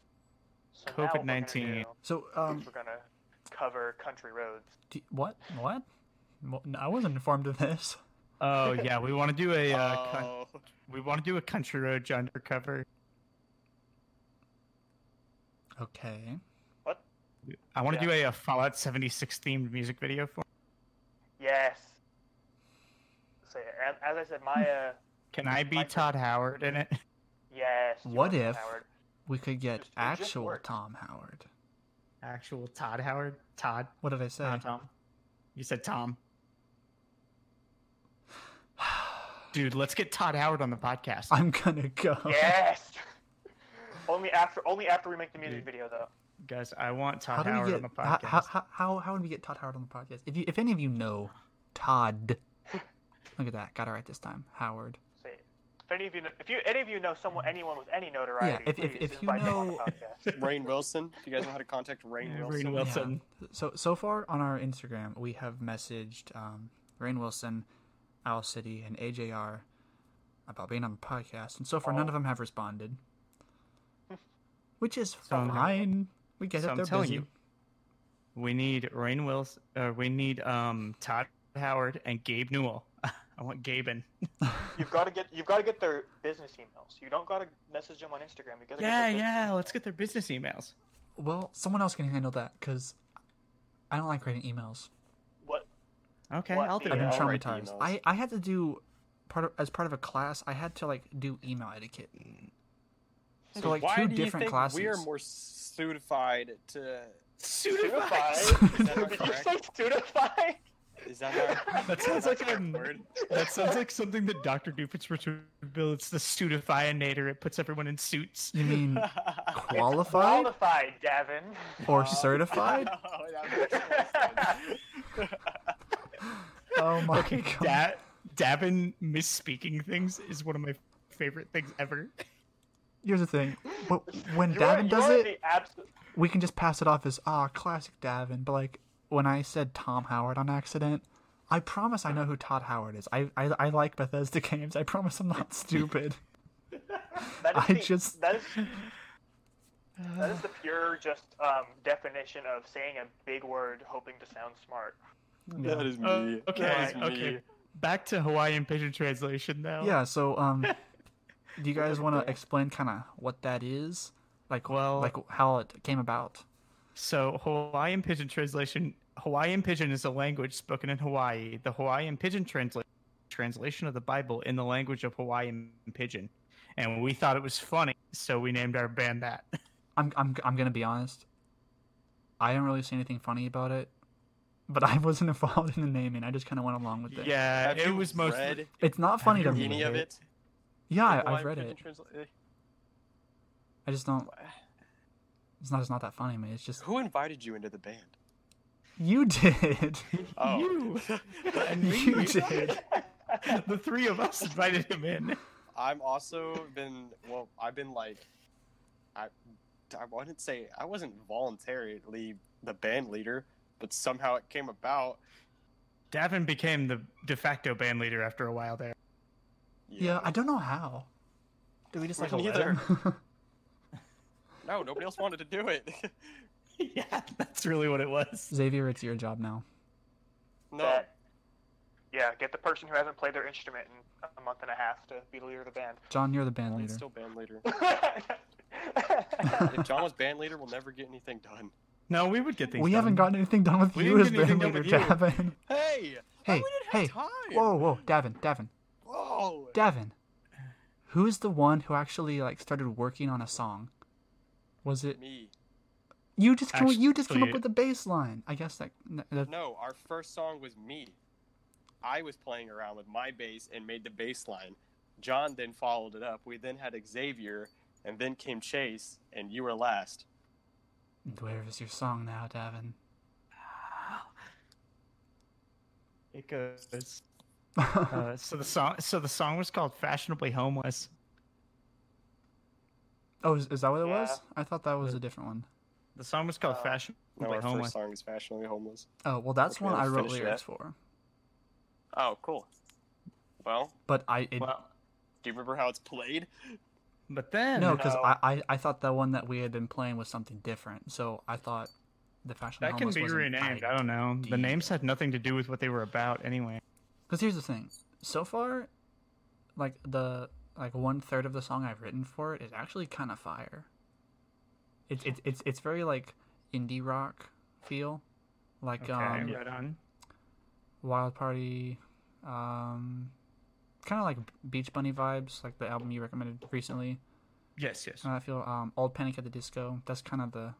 So now what we're gonna
COVID-19.
do
So
is
um,
we're gonna cover country roads.
do, what what? Mo- no, I wasn't informed of this.
Oh yeah, we want to do a uh, coun-
Oh,
we want to do a country road undercover.
Okay.
What?
I want to
Yeah.
do a, uh Fallout 76 themed music video for.
Yes. So yeah, as, as I said, my uh,
Can I be
My turn.
Todd Howard in it?
yes. you
What
are
if-
Howard.
We could get
Just- it just
actual
worked.
Tom Howard.
Actual Todd Howard? Todd,
What did I say?
not Tom. You said Tom. Dude, let's get Todd Howard on the podcast.
I'm gonna go.
Yes. only after only after we make the music video though.
Guys, I want
How
Todd
do we
Howard
get
on the
how,
podcast.
how, how- how how would we get Todd Howard on the podcast? If you, if any of you know Todd, look at that, got it right this time. Howard.
See, if any of you know, if you any of you know someone anyone with any notoriety,
Yeah, if- if-
please
if you
invite them on the
know-
podcast.
Rain Wilson. If you guys know how to contact Rain
Yeah,
Wilson,
Rainn
Yeah.
Wilson.
So so far on our Instagram, we have messaged um, Rain Wilson, Owl City, and AJR about being on the podcast, and so far
Oh.
none of them have responded, which is
I'm-
fine. We get
so
it.
I'm
They're
telling
busy.
you, we need Rain Wilson. Uh, we need um Todd Howard and Gabe Newell. I want Gaben.
You've got to get you've got to get their business emails. You don't got to message them on Instagram. You gotta
Yeah,
get their business
yeah.
emails.
Let's get their business emails.
Well, someone else can handle that because I don't like writing emails.
What?
Okay,
What
I'll do
the-
it.
I've been
Yeah, I'll write
traumatized.
emails.
I, I had to do part of, as part of a class. I had to like do email etiquette. So like
Why
two
do you
different
think
classes.
We are more certified to.
Pseudophies.
Pseudophied?
Is that
Did you
correct?
say pseudophied?
Is that not,
That sounds
not
like
the
a-
correct word?
That sounds like something that Doctor Dupitz Bill. It's the pseudophionator. It puts everyone in suits.
you mean qualified
Qualified, Davin.
or certified?
Oh, that makes sense.
Oh my
Okay,
god!
da- Davin misspeaking things is one of my favorite things ever.
Here's the thing: Wh- when
You are-
Davin
you
does
are
it,
the abs-
we can just pass it off as ah, classic Davin. But like when I said Tom Howard on accident, I promise I know who Todd Howard is. I I, I like Bethesda games. I promise I'm not stupid.
that is
I
the-
just-
that is that is the pure just um, definition of saying a big word hoping to sound smart.
That is me.
Oh, okay,
That is
okay.
me.
Back to Hawaiian pigeon translation now.
Yeah, so um do you guys want to explain kind of what that is? Like well,
Well-
like how it came about.
So Hawaiian pigeon translation. Hawaiian pigeon is a language spoken in Hawaii. The Hawaiian pigeon translation translation of the Bible in the language of Hawaiian pigeon, and we thought it was funny, so we named our band that.
I'm I'm I'm going to be honest. I didn't really see anything funny about it, but I wasn't involved in the naming. I just kind of went along with it.
Yeah,
Have
it
you
was mostly.
read
It's not funny to
you
me.
any of it?
Yeah, I, I've
Hawaiian
read
Pigeon
it.
Transla-
I just don't It's not it's not that funny to me. It's just
Who invited you into the band?
you did.
Oh.
You and me.
you did.
the three of us invited him in.
I'm also been well. I've been like, I, I wouldn't say I wasn't voluntarily the band leader, but somehow it came about.
Davin became the de facto band leader after a while there.
Yeah, I don't know how. Do we just like
Me
let him?
no, nobody else wanted to do it.
yeah, that's really what it was.
Xavier, it's your job now.
no,
That- yeah, get the person who hasn't played their instrument in a month and a half to be the leader of the band.
John, you're the band
John's
leader.
still band leader.
I
if John was band leader, we'll never get anything done.
No, we would get things.
we haven't
done.
gotten anything done with
We
you
didn't
as
get anything
band leader,
done
Davin.
Hey!
Hey, hey.
time!
Whoa, whoa, Davin, Davin,
Whoa!
Davin. Who's the one who actually like started working on a song? Was it
Me.
you? Just came, you just came up
Actually-
with the bass line. I guess that, that
No, our first song was me. I was playing around with my bass and made the bass line. John then followed it up. We then had Xavier, and then came Chase, and you were last.
Where is your song now, Davin?
It goes. Uh, so the song, so the song was called "Fashionably Homeless."
oh, is, is that what it
Yeah.
was? I thought that was a different one.
The song was called
Oh.
No,
"Fashionably
our
Homeless."
first song is Fashionably Homeless.
Oh, well, that's
Okay,
one I
let's
wrote
finish
lyrics
that.
for.
Oh, cool. Well,
But I it,
Well,
do you remember how it's played?
but then uh,
no, because
No.
I, I I thought the one that we had been playing was something different. So I thought the fashion
that can
Homeless
be
was an
renamed. I don't know. The
idea.
names had nothing to do with what they were about, anyway.
Because here's the thing, so far, like the like one third of the song I've written for it is actually kind of fire. It's it's it's it's very like indie rock feel, like
Okay,
um
right on.
Wild Party, um, kind of like Beach Bunny vibes, like the album you recommended recently.
Yes, yes.
I feel um, Old Panic at the Disco. That's kind of the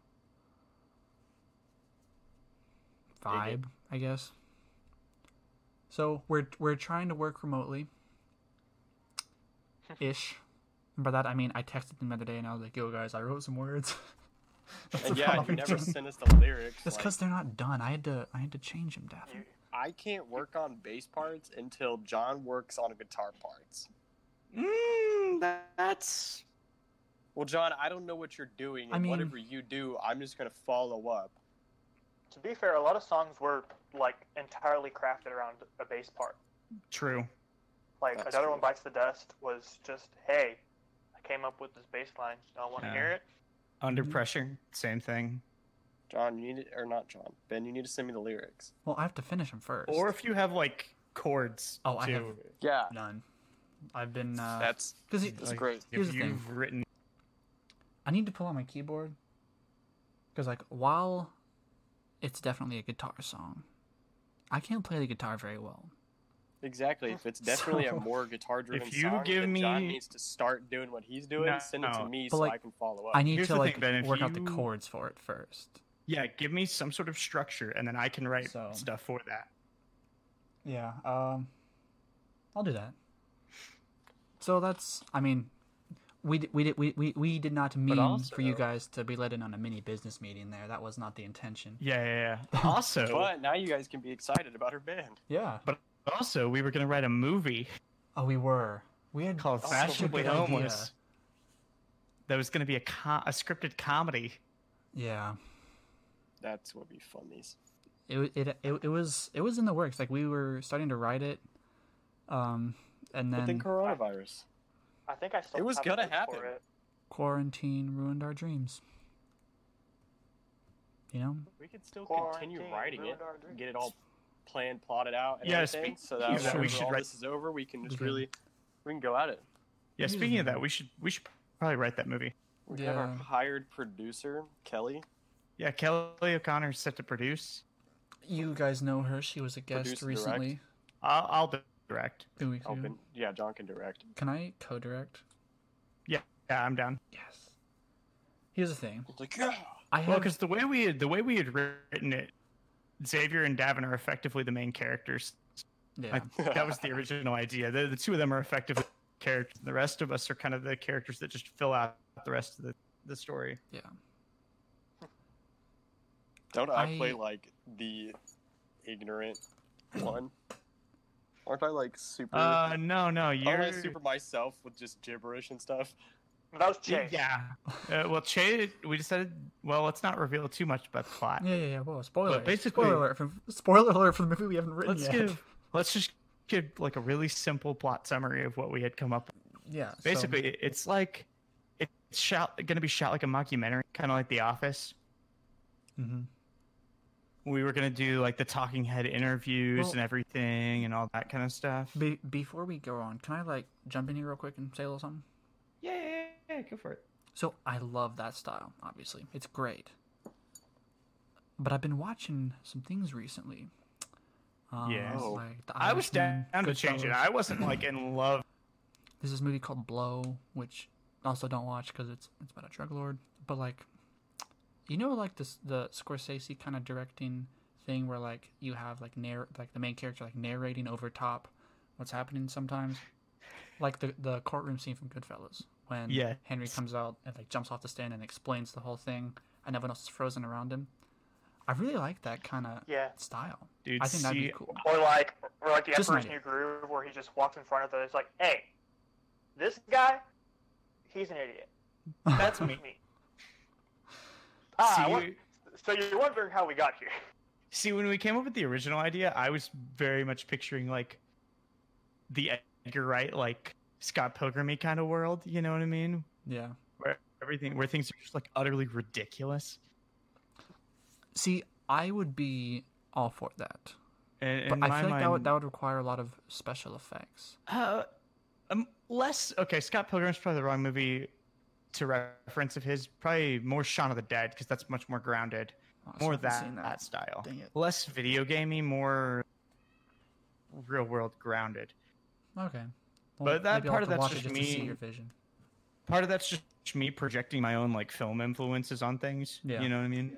vibe, I guess. So we're we're trying to work remotely, ish. And by that I mean I texted them the other day and I was like, "Yo guys, I wrote some words."
And yeah, you never
That's
sent us the lyrics. like-
because they're not done. I had to I had to change them, Daphne.
I can't work on bass parts until John works on guitar parts.
Mm, that- that's
Well, John, I don't know what you're doing, and
I mean-
whatever you do, I'm just gonna follow up.
to be fair, a lot of songs were like entirely crafted around a bass part.
true.
Like
That's
another
true.
one, bites the dust, was just hey, I came up with this bass line. Y'all want to
Yeah.
hear it?
Under
Mhm.
pressure, same thing.
John, you need to, or not, John, Ben, you need to send me the lyrics.
Well, I have to finish them first.
Or if you have like chords.
Oh, I
too.
have-
Yeah,
none. I've been uh,
that's
'cause he-
Like,
great.
If
Here's the thing.
you've written
I need to pull out my keyboard because, like, while it's definitely a guitar song, I can't play the guitar very well.
exactly. If it's definitely a
So-
more guitar-driven
If you
song,
give
then John
me-
needs to start doing what he's doing.
No,
send it to
no.
me
But,
so
like,
I can follow up.
I need
Here's
to
the
like
thing, Ben, if
work out the
you-
chords for it first.
Yeah, give me some sort of structure, and then I can write
So-
stuff for that.
Yeah, um, I'll do that. So that's, I mean, we d- we did we, we, we did not mean for you
also-
guys to be let in on a mini business meeting there. That was not the intention.
Yeah, yeah. yeah. Also, but,
But now you guys can be excited about her band.
Yeah.
also, we were gonna write a movie
Oh, we were. We had
called
such a
"Fashionably
good idea.
Homeless." That was gonna be a co- a scripted comedy.
Yeah.
That's what be funnies.
it, wa- it it it was it was in the works. Like we were starting to write it, um, and
But
then
then coronavirus.
I think I still.
It was
have
gonna
notes for
happen.
it.
quarantine ruined our dreams. You know,
We could still continue
Quarantine
writing it,
ruined our dreams.
get it all planned, plotted out, and
Yeah,
everything.
speak-
So that
yeah,
whenever
we
should
all
write-
this is over, we can just
Okay.
really we can go at it.
Yeah. Speaking of that, we should we should probably write that movie.
We have our
Yeah.
hired producer, Kelly.
Yeah, Kelly O'Connor is set to produce.
you guys know her. She was a guest
Produce, direct.
recently.
I'll, I'll direct.
Two weeks ago.
Open. Yeah, John can direct.
Can I co-direct?
Yeah, I'm down.
Yes. Here's the thing.
It's like, yeah.
I
Well,
have
because the way we had, the way we had written it, Xavier and Davin are effectively the main characters.
yeah.
Like, that was the original idea. The, the two of them are effectively characters. The rest of us are kind of the characters that just fill out the rest of the, the story.
yeah.
Don't I,
I-
play like the ignorant one? Aren't I like super?
Uh, no, no,
aren't
you're
I super myself with just gibberish and stuff?
That was Chase.
yeah. Uh, well, Che, we decided. Well, let's not reveal too much about the plot.
Yeah, yeah, yeah. Whoa, spoiler!
But basically-
spoiler alert! For, spoiler alert for the movie we haven't written
Let's
yet.
give. Let's just give like a really simple plot summary of what we had come up with.
yeah. so-
Basically, it's like it's
Mm-hmm.
shot going to be shot like a mockumentary, kind of like The Office.
Mhm.
we were gonna do like the talking head interviews
Well-
and everything and all that kind of stuff.
Be- before we go on, can I like jump in here real quick and say a little something?
yeah, yeah, yeah, go for it.
So I love that style, obviously. It's great. But I've been watching some things recently. Um,
Yeah.
Oh.
like The
I was down
Irishman,
to change it.
Goodfellas.
I wasn't like in love.
There's this movie called Blow, which also don't watch because it's it's about a drug lord. But like, you know, like this the Scorsese kind of directing thing where like you have like narr like the main character like narrating over top what's happening sometimes, like the the courtroom scene from Goodfellas when
Yes.
Henry comes out and like jumps off the stand and explains the whole thing and everyone else is frozen around him. I really like that kind of
Yeah.
style.
Dude,
I think that'd be
see,
cool.
Or like, or like the
Just
Emperor's
not
New
it.
Groove, where he just walks in front of them. It's like, hey, this guy, he's an idiot. That's me. Ah,
See,
what- so you're wondering how we got here?
See, when we came up with the original idea, I was very much picturing like the Edgar Wright, like Scott Pilgrimy kind of world. You know what I mean?
yeah.
Where everything, where things are just like utterly ridiculous,
See, I would be all for that.
and in
But I
my
feel like that would
mind-
that would require a lot of special effects.
Uh, um, less okay. Scott Pilgrim's probably the wrong movie to reference of his. Probably more Shaun of the Dead because that's much more grounded,
Oh, I
more
haven't
that,
seen
that style.
Dang it.
Less video gamey, more real world grounded.
Okay.
But that
maybe I'll have
part of
to
that's
watch it
just
to see
me-
your vision.
Part of that's just me projecting my own like film influences on things.
Yeah.
You know what I mean?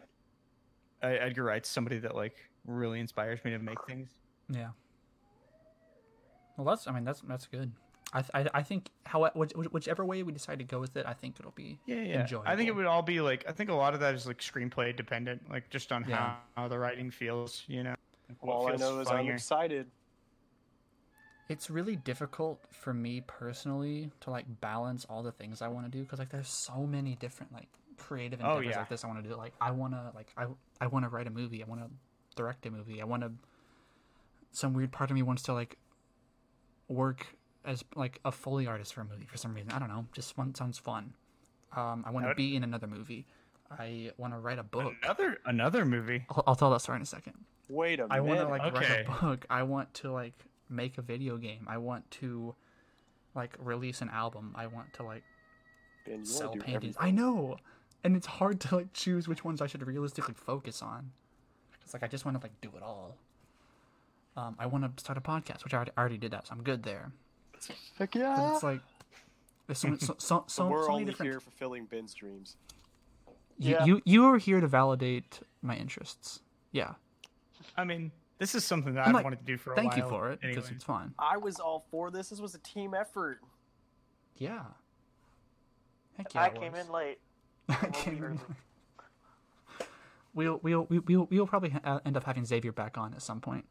Uh, Edgar Wright's somebody that like really inspires me to make things.
Yeah. Well, that's I mean that's that's good. I th- I, I think how which, which- whichever way we decide to go with it, I think it'll be
Yeah, yeah. I think it
enjoyable.
would all be like I think a lot of that is like screenplay dependent, like just on
Yeah.
how, how the writing feels, you know. Like, what
All I
feels
know is I'm
funnier.
excited.
it's really difficult for me personally to like balance all the things I want to do because like there's so many different like creative
Oh,
endeavors
yeah.
like this I want to do. Like I want to like I I want to write a movie. I want to direct a movie. I want to. Some weird part of me wants to like work as like a foley artist for a movie for some reason. I don't know. Just fun sounds fun. Um, I want to
That-
be in another movie. I want to write a book.
Another another movie.
I'll, I'll tell that story in a second.
Wait a
I want
minute.
to like
Okay.
write a book. I want to like make a video game. I want to like release an album. I want to like
Ben, you wanna
sell
do
paintings.
everything.
I know, and it's hard to like choose which ones I should realistically focus on. It's like I just want to like do it all. Um, I want to start a podcast, which I already, I already did that, so I'm good there.
Heck
'Cause
yeah.
It's like there's so so so,
So
so,
we're
so many
only
different.
here fulfilling Ben's dreams.
You,
Yeah.
you you are here to validate my interests. Yeah,
I mean, this is something that
I'm
I've
like,
wanted to do for a
thank
while.
you for it because
anyway.
it's fun.
I was all for this. This was a team effort.
Yeah. Heck yeah,
I
it
came
was.
in late.
I
Well,
can't
we were-
remember. We'll we'll we- we'll we'll probably ha- end up having Xavier back on at some point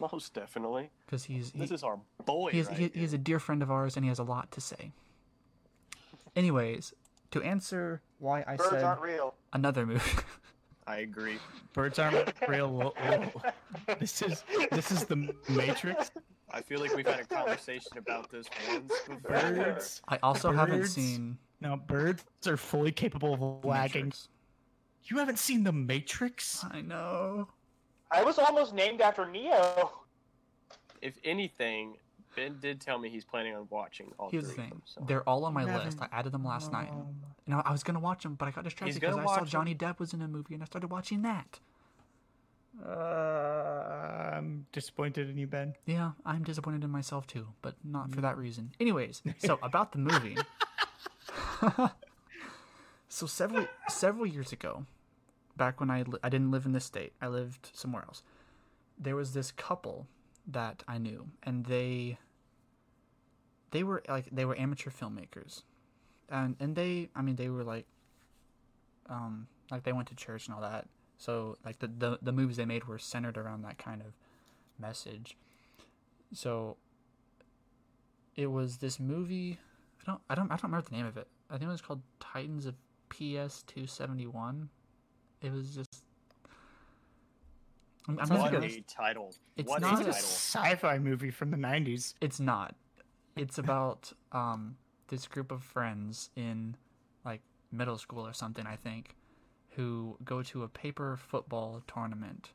Most definitely.
because he's he,
This is our boy.
he is,
right
he,
here.
he is a dear friend of ours and he has a lot to say. Anyways, to answer why I
Birds
said
aren't real.
another movie,
I agree.
Birds aren't real. lo- lo- this is this is the Matrix.
I feel like we've had a conversation about this once before.
Birds.
I also haven't
Birds
seen
Now birds are fully capable of
The
lagging.
Matrix.
You haven't seen the Matrix?
I know.
I was almost named after Neo.
If anything, Ben did tell me he's planning on watching all
Here's the
three
thing:
of them.
they're all on my
Never.
list. I added them last night.
Um,
You know, I was gonna watch them, but I got distracted
gonna
because I saw
watch 'em.
Johnny Depp was in a movie and I started watching that.
uh, I'm disappointed in you, Ben.
Yeah, I'm disappointed in myself too, but not for that reason. Anyways, so about the movie. so several several years ago, back when I li- I didn't live in this state, I lived somewhere else. There was this couple that I knew, and they they were like they were amateur filmmakers, and and they I mean they were like um like they went to church and all that. So like the the, the movies they made were centered around that kind of message so it was this movie i don't i don't i don't remember the name of it i think it was called titans of ps271 it was just i'm, I'm not
What
gonna,
a title.
It's
what
not
a
a
It's like a
title.
sci-fi movie from the '90s.
it's not it's about um this group of friends in like middle school or something i think who go to a paper football tournament.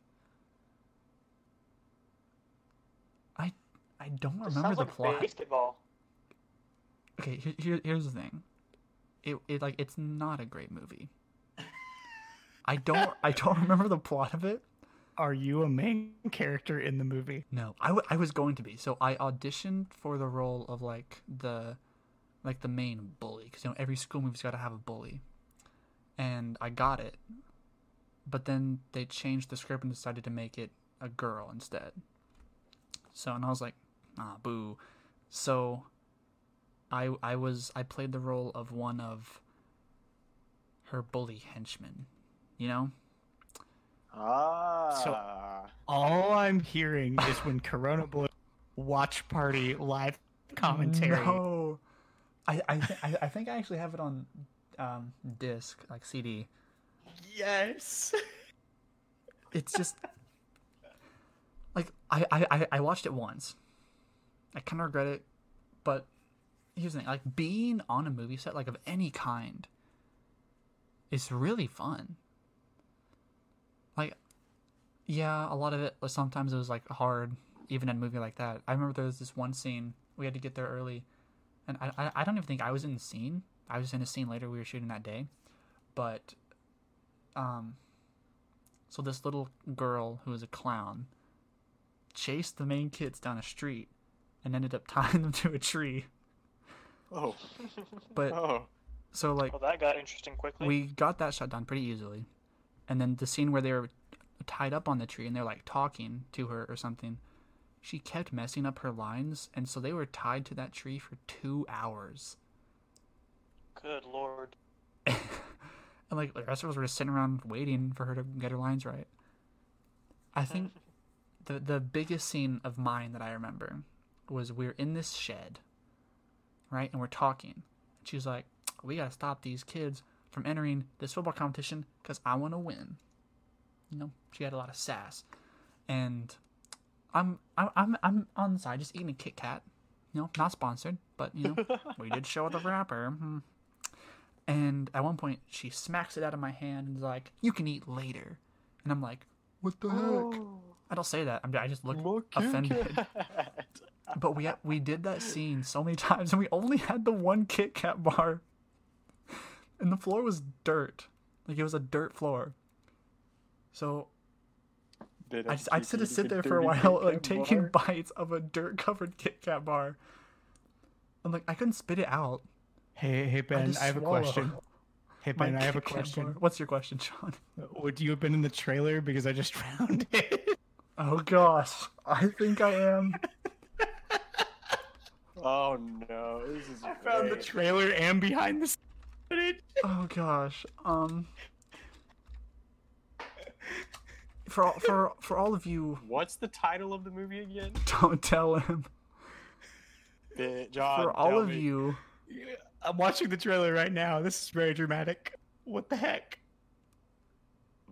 I I don't
This
remember
sounds
the
like
plot.
basketball.
Okay, here, here, here's the thing. It, it like it's not a great movie. I don't I don't remember the plot of it.
Are you a main character in the movie?
No, I, w- I was going to be. So I auditioned for the role of like the like the main bully because you know every school movie's got to have a bully, and I got it. But then they changed the script and decided to make it a girl instead. So and I was like, ah, boo. So I I was I played the role of one of her bully henchmen, you know.
Ah.
All I'm hearing is when Corona Blue watch party live commentary.
No, I I, th- I I think I actually have it on um, disc, like CD.
Yes.
It's just like I, I I- I watched it once. I kind of regret it, but here's the thing: like being on a movie set, like of any kind, is really fun. Like, yeah, a lot of it. like, Sometimes it was like hard, even in a movie like that. I remember there was this one scene we had to get there early, and I I, I don't even think I was in the scene. I was in a scene later we were shooting that day, but um, so this little girl who was a clown chased the main kids down a street and ended up tying them to a tree.
Oh.
But
Oh.
so like
Well, that got interesting quickly.
we got that shot done pretty easily, and then the scene where they were tied up on the tree and they're like talking to her or something, she kept messing up her lines, and so they were tied to that tree for two hours.
Good lord.
and like the rest of us were just sitting around waiting for her to get her lines right. I think the the biggest scene of mine that I remember was we're in this shed, right, and we're talking. She's like, "We gotta stop these kids from entering this football competition because I want to win." You know, she had a lot of sass, and I'm I'm I'm I'm on the side just eating a Kit Kat. You know, not sponsored, but you know, we did show the wrapper. mhm. And at one point, she smacks it out of my hand and is like, "You can eat later." And I'm like, "What the heck?" I don't say that. I'm, I just look offended. But we we did that scene so many times, and we only had the one Kit Kat bar, and the floor was dirt, like it was a dirt floor. So I just I just had to sit there for a while, like taking bites of a dirt covered Kit Kat bar. I'm like, I couldn't spit it out.
Hey, hey Ben,
just
I, have a
swallow
question. Hey
my
Ben, I have a
Kit Kat bar.
question.
What's your question, Sean?
Would you have been in the trailer because I just found it?
Oh gosh, I think I am.
Oh no, this is.
I found the
great.
trailer and behind the scenes footage.
Oh gosh. Um. For all, for for all of you,
What's the title of the movie again?
don't tell him.
Bit- John.
For all
tell
of
me.
you,
I'm watching the trailer right now. This is very dramatic. What the heck?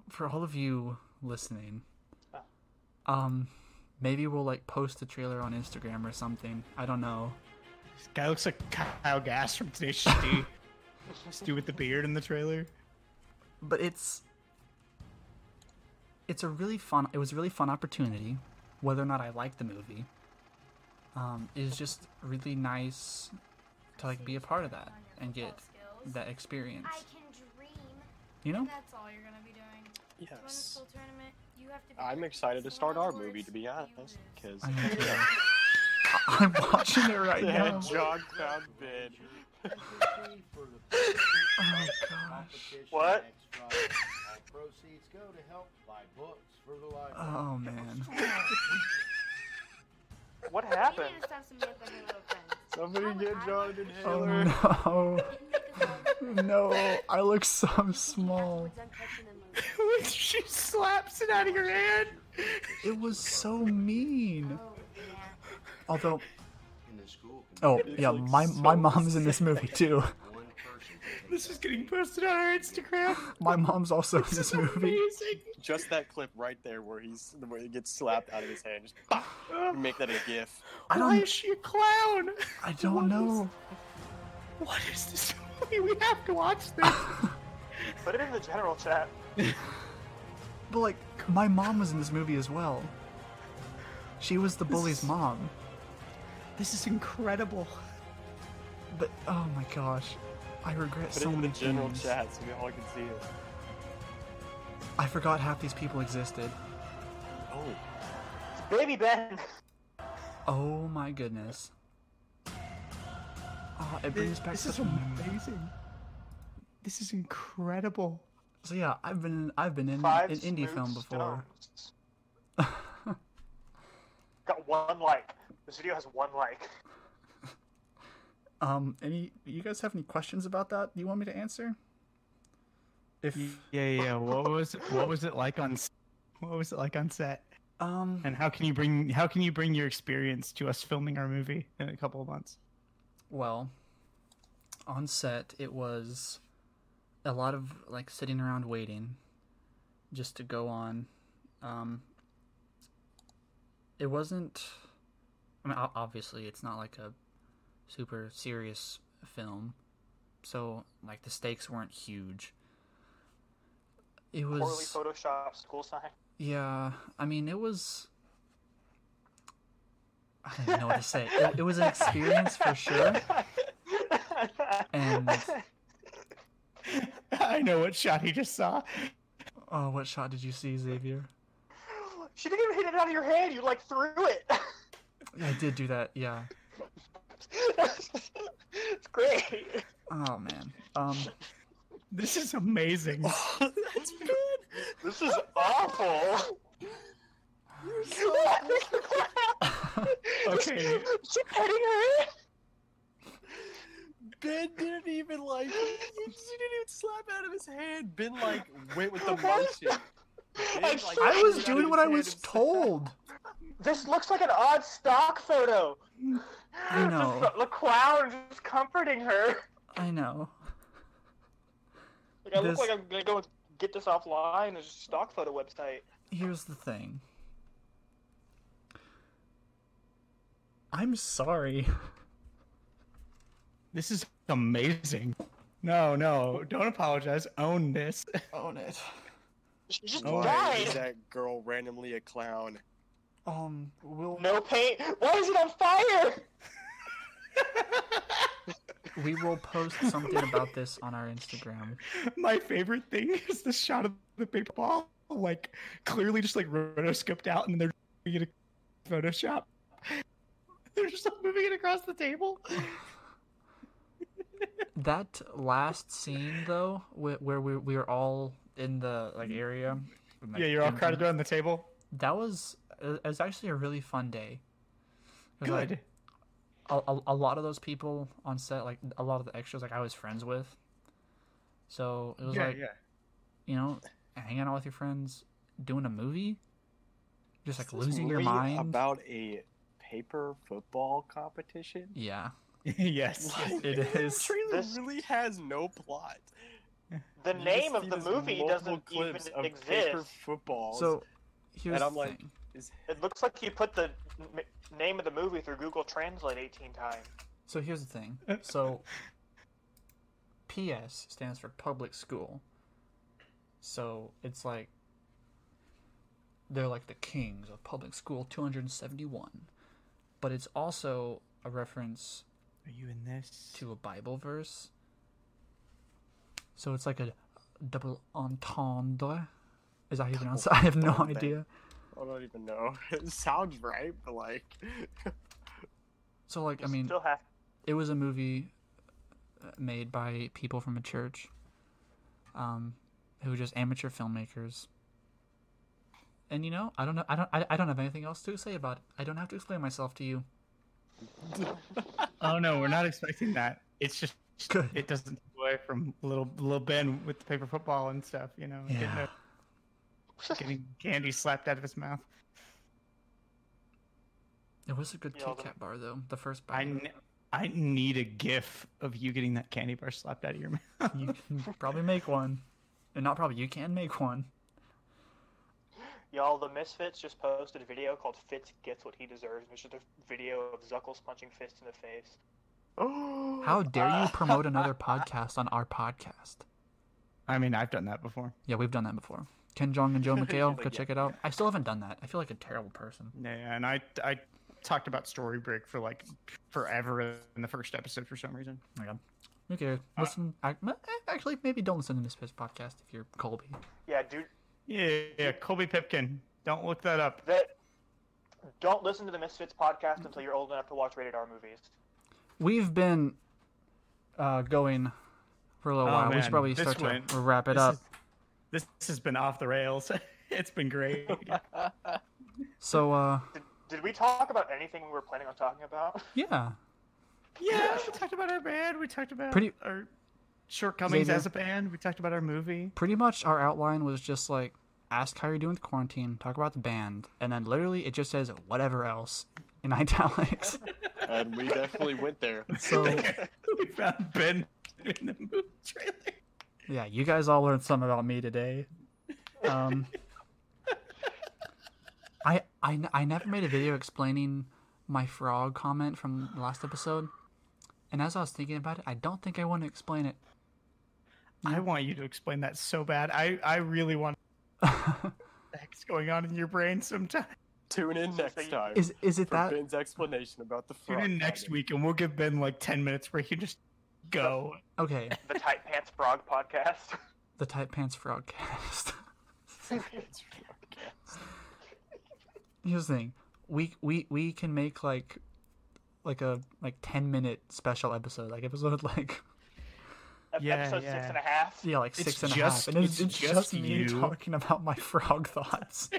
for all of you listening, um, maybe we'll like post the trailer on Instagram or something. I don't know.
This guy looks like Kyle Gass from Tenacious D. Just dude with the beard in the trailer.
but it's it's a really fun it was a really fun opportunity whether or not i liked the movie um it was just really nice to like be a part of that and get that experience
I can dream.
you know
That's all you're gonna be doing. To win this
Yes.
whole tournament, you have to. be
I'm
good.
excited to
So
start
in
our
other
movie,
words,
to be
you
honest,
lose.
because
I know. i'm watching it right now
John found Ben.
oh gosh
What?
Proceeds go to help buy books for the library.
oh man
What
We
happened?
need to stop some myth under little friends.
Somebody
How would
get
I
John
like
an
to show
inhaler.
oh no
up and make us all look good?
no i look so small
Afterwards, I'm touching and losing.
she slaps it out of your hand.
it was so mean
Oh, yeah.
although
In the school can
oh
It's,
yeah
like,
my my
so
mom's in this movie too
be one person.
This is getting posted on our Instagram.
my mom's also in this movie
Amazing.
Just that clip right there where he's where he gets slapped out of his hand. Just pop. make that a gif.
I
Oh, Why
don't-
is she a clown?
I don't
What is-
know.
What is this movie? We have to watch this.
Put it in the general chat.
But like, my mom was in this movie as well. She was the bully's mom.
This is incredible.
But oh my gosh, I regret
Put
so
it in the
many
general
things.
chat so we all can see it.
I forgot half these people existed.
Oh,
Baby Ben.
Oh my goodness. Ah, it brings
This,
back
this
such
is
memories.
amazing. This is incredible.
So yeah, I've been I've been in
Five
an indie
smooth
film before.
stones. Got one like. This video has one like.
Um, any you guys have any questions about that? Do you want me to answer? If
Yeah, yeah. What was what was it like on s- what was it like on set?
um
And how can you bring how can you bring your experience to us filming our movie in a couple of months?
well, on set it was a lot of like sitting around waiting just to go on. Um, it wasn't. I mean, o- obviously, it's not like a super serious film, so like the stakes weren't huge. It was
Poorly photoshopped school sign.
Yeah, I mean, it was. I don't even know what to say. It, it was an experience for sure. And
I know what shot he just saw.
oh, what shot did you see, Xavier?
She didn't even hit it out of your hand. You like threw it.
Yeah, I did do that. Yeah.
it's great.
Oh man. Um.
This is amazing.
that's good.
This is awful.
Okay.
She hitting her.
Ben didn't even like. He didn't even slap out of his hand. Ben like went with the motion.
I'm
like,
sure-
I was
Without
doing
even
what I
saying
was
it's-
told.
This looks like an odd stock photo.
I know.
Just the, the clown just comforting her.
I know.
Like, I
This-
look like I'm gonna go get this offline. It's just a stock photo website.
Here's the thing. I'm sorry.
This is amazing. No, no, don't apologize. Own this.
Own it.
She just
Oh,
Why is
died.
Oh, that girl randomly a clown?
Um. We'll.
No paint. Why is it on fire?
We will post something about this on our Instagram.
My favorite thing is the shot of the paper ball, like clearly just like rotoscoped out, and they're doing it in Photoshop. They're just like, moving it across the table.
That last scene though, where, where we we were all in the like area. and, like,
Yeah, you're all
doing
crowded
things,
around the table.
That was it was actually a really fun day. 'Cause, like,
Good.
a, a, a lot of those people on set, like a lot of the extras, like I was friends with. So it was
Yeah,
like
yeah.
you know, hanging out with your friends, doing a movie, just like
Is this
losing your
really
mind.
about a paper football competition.
Yeah,
yes.
Like,
it is.
This trailer
This-
really has no plot.
The
You
name
just
of
see
the
this
movie
multiple
doesn't even
clips of Paper
exist.
footballs.
so here's
And I'm
the
like-
thing.
is
It looks like you put the m- name of the movie through Google Translate 18 times.
So here's the thing. So PS stands for public school. So it's like they're like the kings of public school 271. But it's also a reference
Are you in this?
to a Bible verse. So it's like a double entendre. Is that how you pronounce it? I have no
entendre.
idea.
I don't even know. It sounds right, but like
So like I
You
mean
still have
it was a movie uh, made by people from a church um who were just amateur filmmakers and you know i don't know i don't I, I don't have anything else to say about it i don't have to explain myself to you
Oh no, we're not expecting that. It's just
Good.
it doesn't take away from little little Ben with the paper football and stuff, you know, getting,
Yeah.
a- getting candy slapped out of his mouth.
it was a good
Yeah,
Kit
the-
Kat bar though the first
I,
bite
ne- I need a gif of you getting that candy bar slapped out of your mouth.
you can probably make one and not probably you can make one
Y'all, the Misfits just posted a video called Fitz Gets What He Deserves, and it's just a video of Zuckles punching Fitz in the face.
oh
how dare you promote another podcast on our podcast
I mean, I've done that before.
Yeah, we've done that before. Ken Jong and Joe McHale,
Like,
go
yeah.
check it out. I still haven't done that. I feel like a terrible person.
Yeah, and I I talked about Story Break for like forever in the first episode for some reason.
Oh my god. Okay, listen. I, m- actually, maybe don't listen to this podcast if you're Colby.
Yeah, dude,
Yeah, yeah, Colby Pipkin. Don't look that up.
that don't listen to the Misfits podcast until you're old enough to watch rated R movies.
We've been uh, going for a little
Oh,
while. we
man,
should probably
this
start
went-
to wrap it
this
up.
is- This has been off the rails. it's been great.
So, uh,
Did, did we talk about anything we were planning on talking about?
yeah.
yeah, we talked about our band. We talked about
Pretty-
our shortcomings
Xavier?
as a band. We talked about our movie.
pretty much our outline was just like ask how you're doing with quarantine, talk about the band, and then literally it just says whatever else in italics.
and we definitely went there.
so
we found Ben in the movie trailer.
yeah, you guys all learned something about me today. Um, I, I n- I never made a video explaining my frog comment from the last episode, and as I was thinking about it, I don't think I want to explain it.
I want you to explain that so bad. I I really want the heck's going on in your brain sometime.
Tune in next time
is is it
for
that
Ben's explanation about the frog.
Tune in next
finding.
week and we'll give Ben like 10 minutes where he can just go.
okay?
The Tight Pants Frog podcast.
The tight pants frog cast.
It's frog.
here's the thing we we we can make like like a like 10 minute special episode like episode like
Ep-
Yeah,
episode
yeah.
six and a half.
yeah like
It's
six and a half,
just-
and it's,
it's
it's just,
just
me
you.
talking about my frog thoughts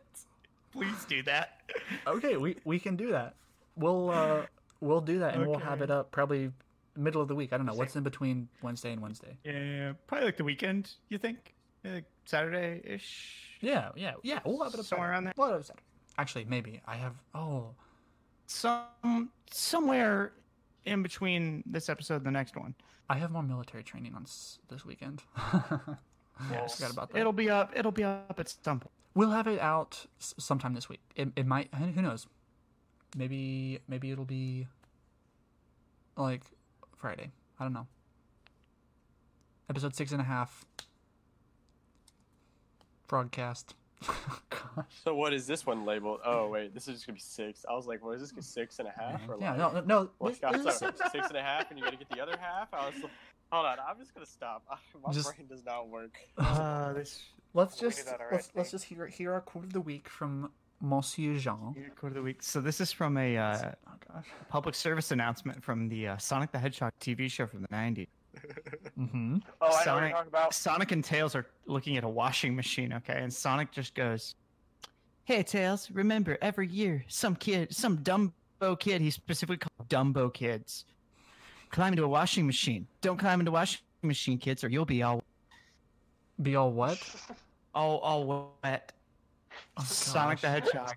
Please do that.
okay we we can do that we'll uh we'll do that and we'll have
Okay.
it up probably middle of the week i don't know what's in between wednesday and wednesday
Yeah, probably like the weekend, you think? Like Saturday ish.
yeah yeah yeah we'll have it up
Somewhere
Saturday.
around there.
we'll have it up Saturday. actually maybe i have oh
Some somewhere in between this episode and the next one.
i have more military training on s- this weekend yeah i forgot about that
It'll be up it'll be up at some point.
We'll have it out s- sometime this week. It, it might. Who knows? Maybe maybe it'll be like Friday. I don't know. Episode six and a half. Broadcast. Gosh.
So what is this one labeled? Oh wait, this is just gonna be six. I was like, what is this? gonna be Six and a half? Or
Yeah.
like,
No. No.
Oh
Well,
this-
Scott,
this is-
sorry, six and a half, and you gotta get the other half. I was like, hold on, I'm just gonna stop. My
Just-
brain does not work.
Uh, this
let's
We did
just
that already.
let's, let's just hear hear our quote of the week from Monsieur Jean.
quarter of the week. So this is from a uh,
Oh gosh.
public service announcement from the uh, Sonic the Hedgehog TV show from the 90s.
Mm-hmm.
Oh, I know what you're
Sonic,
talking about.
Sonic and Tails are looking at a washing machine, okay? And Sonic just goes, Hey, Tails, remember every year some kid, some Dumbo kid, he specifically called Dumbo kids, climb into a washing machine. Don't climb into washing machine, kids, or you'll be all
Be all what?
all, all wet.
Oh,
Sonic the
gosh.
Hedgehog.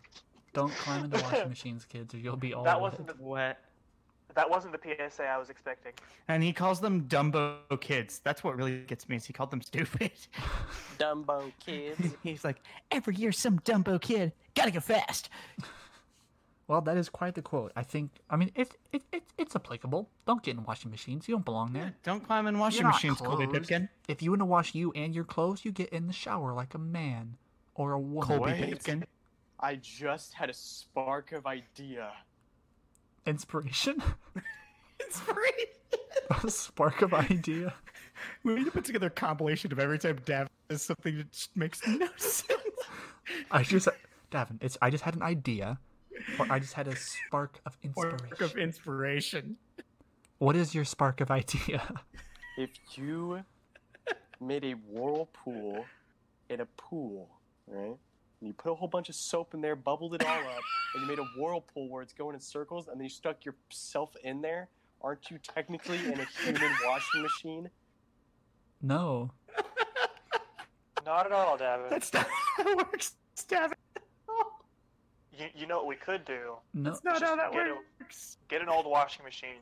Don't climb into washing machines, kids, or you'll be all.
That
wet.
wasn't the That wasn't the PSA I was expecting.
And he calls them Dumbo kids. That's what really gets me is he called them stupid.
Dumbo kids.
He's like, every year some Dumbo kid gotta go fast.
Well, that is quite the quote. I think. I mean, it's it, it, it's applicable. Don't get in washing machines. You don't belong there.
Don't climb in
You're
washing
not
machines, Colby
clothes.
Pipkin.
If you want to wash you and your clothes, you get in the shower like a man or a woman.
Colby
Wait.
Pipkin.
I just had a spark of idea.
Inspiration,
It's free.
a spark of idea.
We need to put together a compilation of every time Dav does something that just makes no sense.
I just, Davin, it's I just had an idea, or I just had a spark of
Or
inspiration.
of inspiration.
What is your spark of idea?
If you made a whirlpool in a pool, right? And you put a whole bunch of soap in there, bubbled it all up, and you made a whirlpool where it's going in circles, and then you stuck yourself in there. Aren't you technically in a human washing machine?
No.
Not at all, Davin.
That's not how that works, Dav.
You, you know what we could do?
No.
That's not how
Just
that
get a-
works.
Get an old washing machine,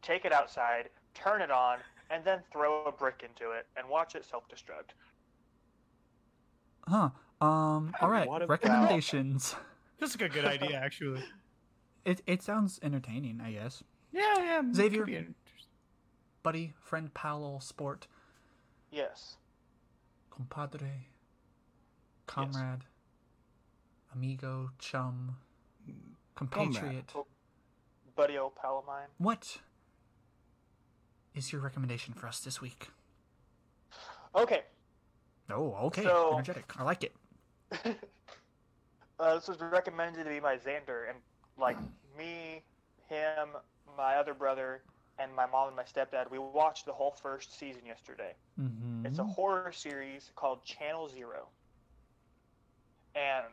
take it outside, turn it on, and then throw a brick into it and watch it self-destruct.
Huh. Um. All right.
What about-
Recommendations.
That's a good idea, actually.
It it sounds entertaining. I guess.
Yeah, yeah. it could
Xavier.
be interesting.
buddy, friend, pal, old sport.
Yes.
compadre, comrade, amigo, chum, compatriot.
Buddy old pal of mine.
What is your recommendation for us this week?
Okay.
Oh, okay,
So-
energetic. I like it.
Uh, this was recommended to be my Xander, and like me, him, my other brother, and my mom and my stepdad, we watched the whole first season yesterday.
Mm-hmm.
It's a horror series called Channel Zero. And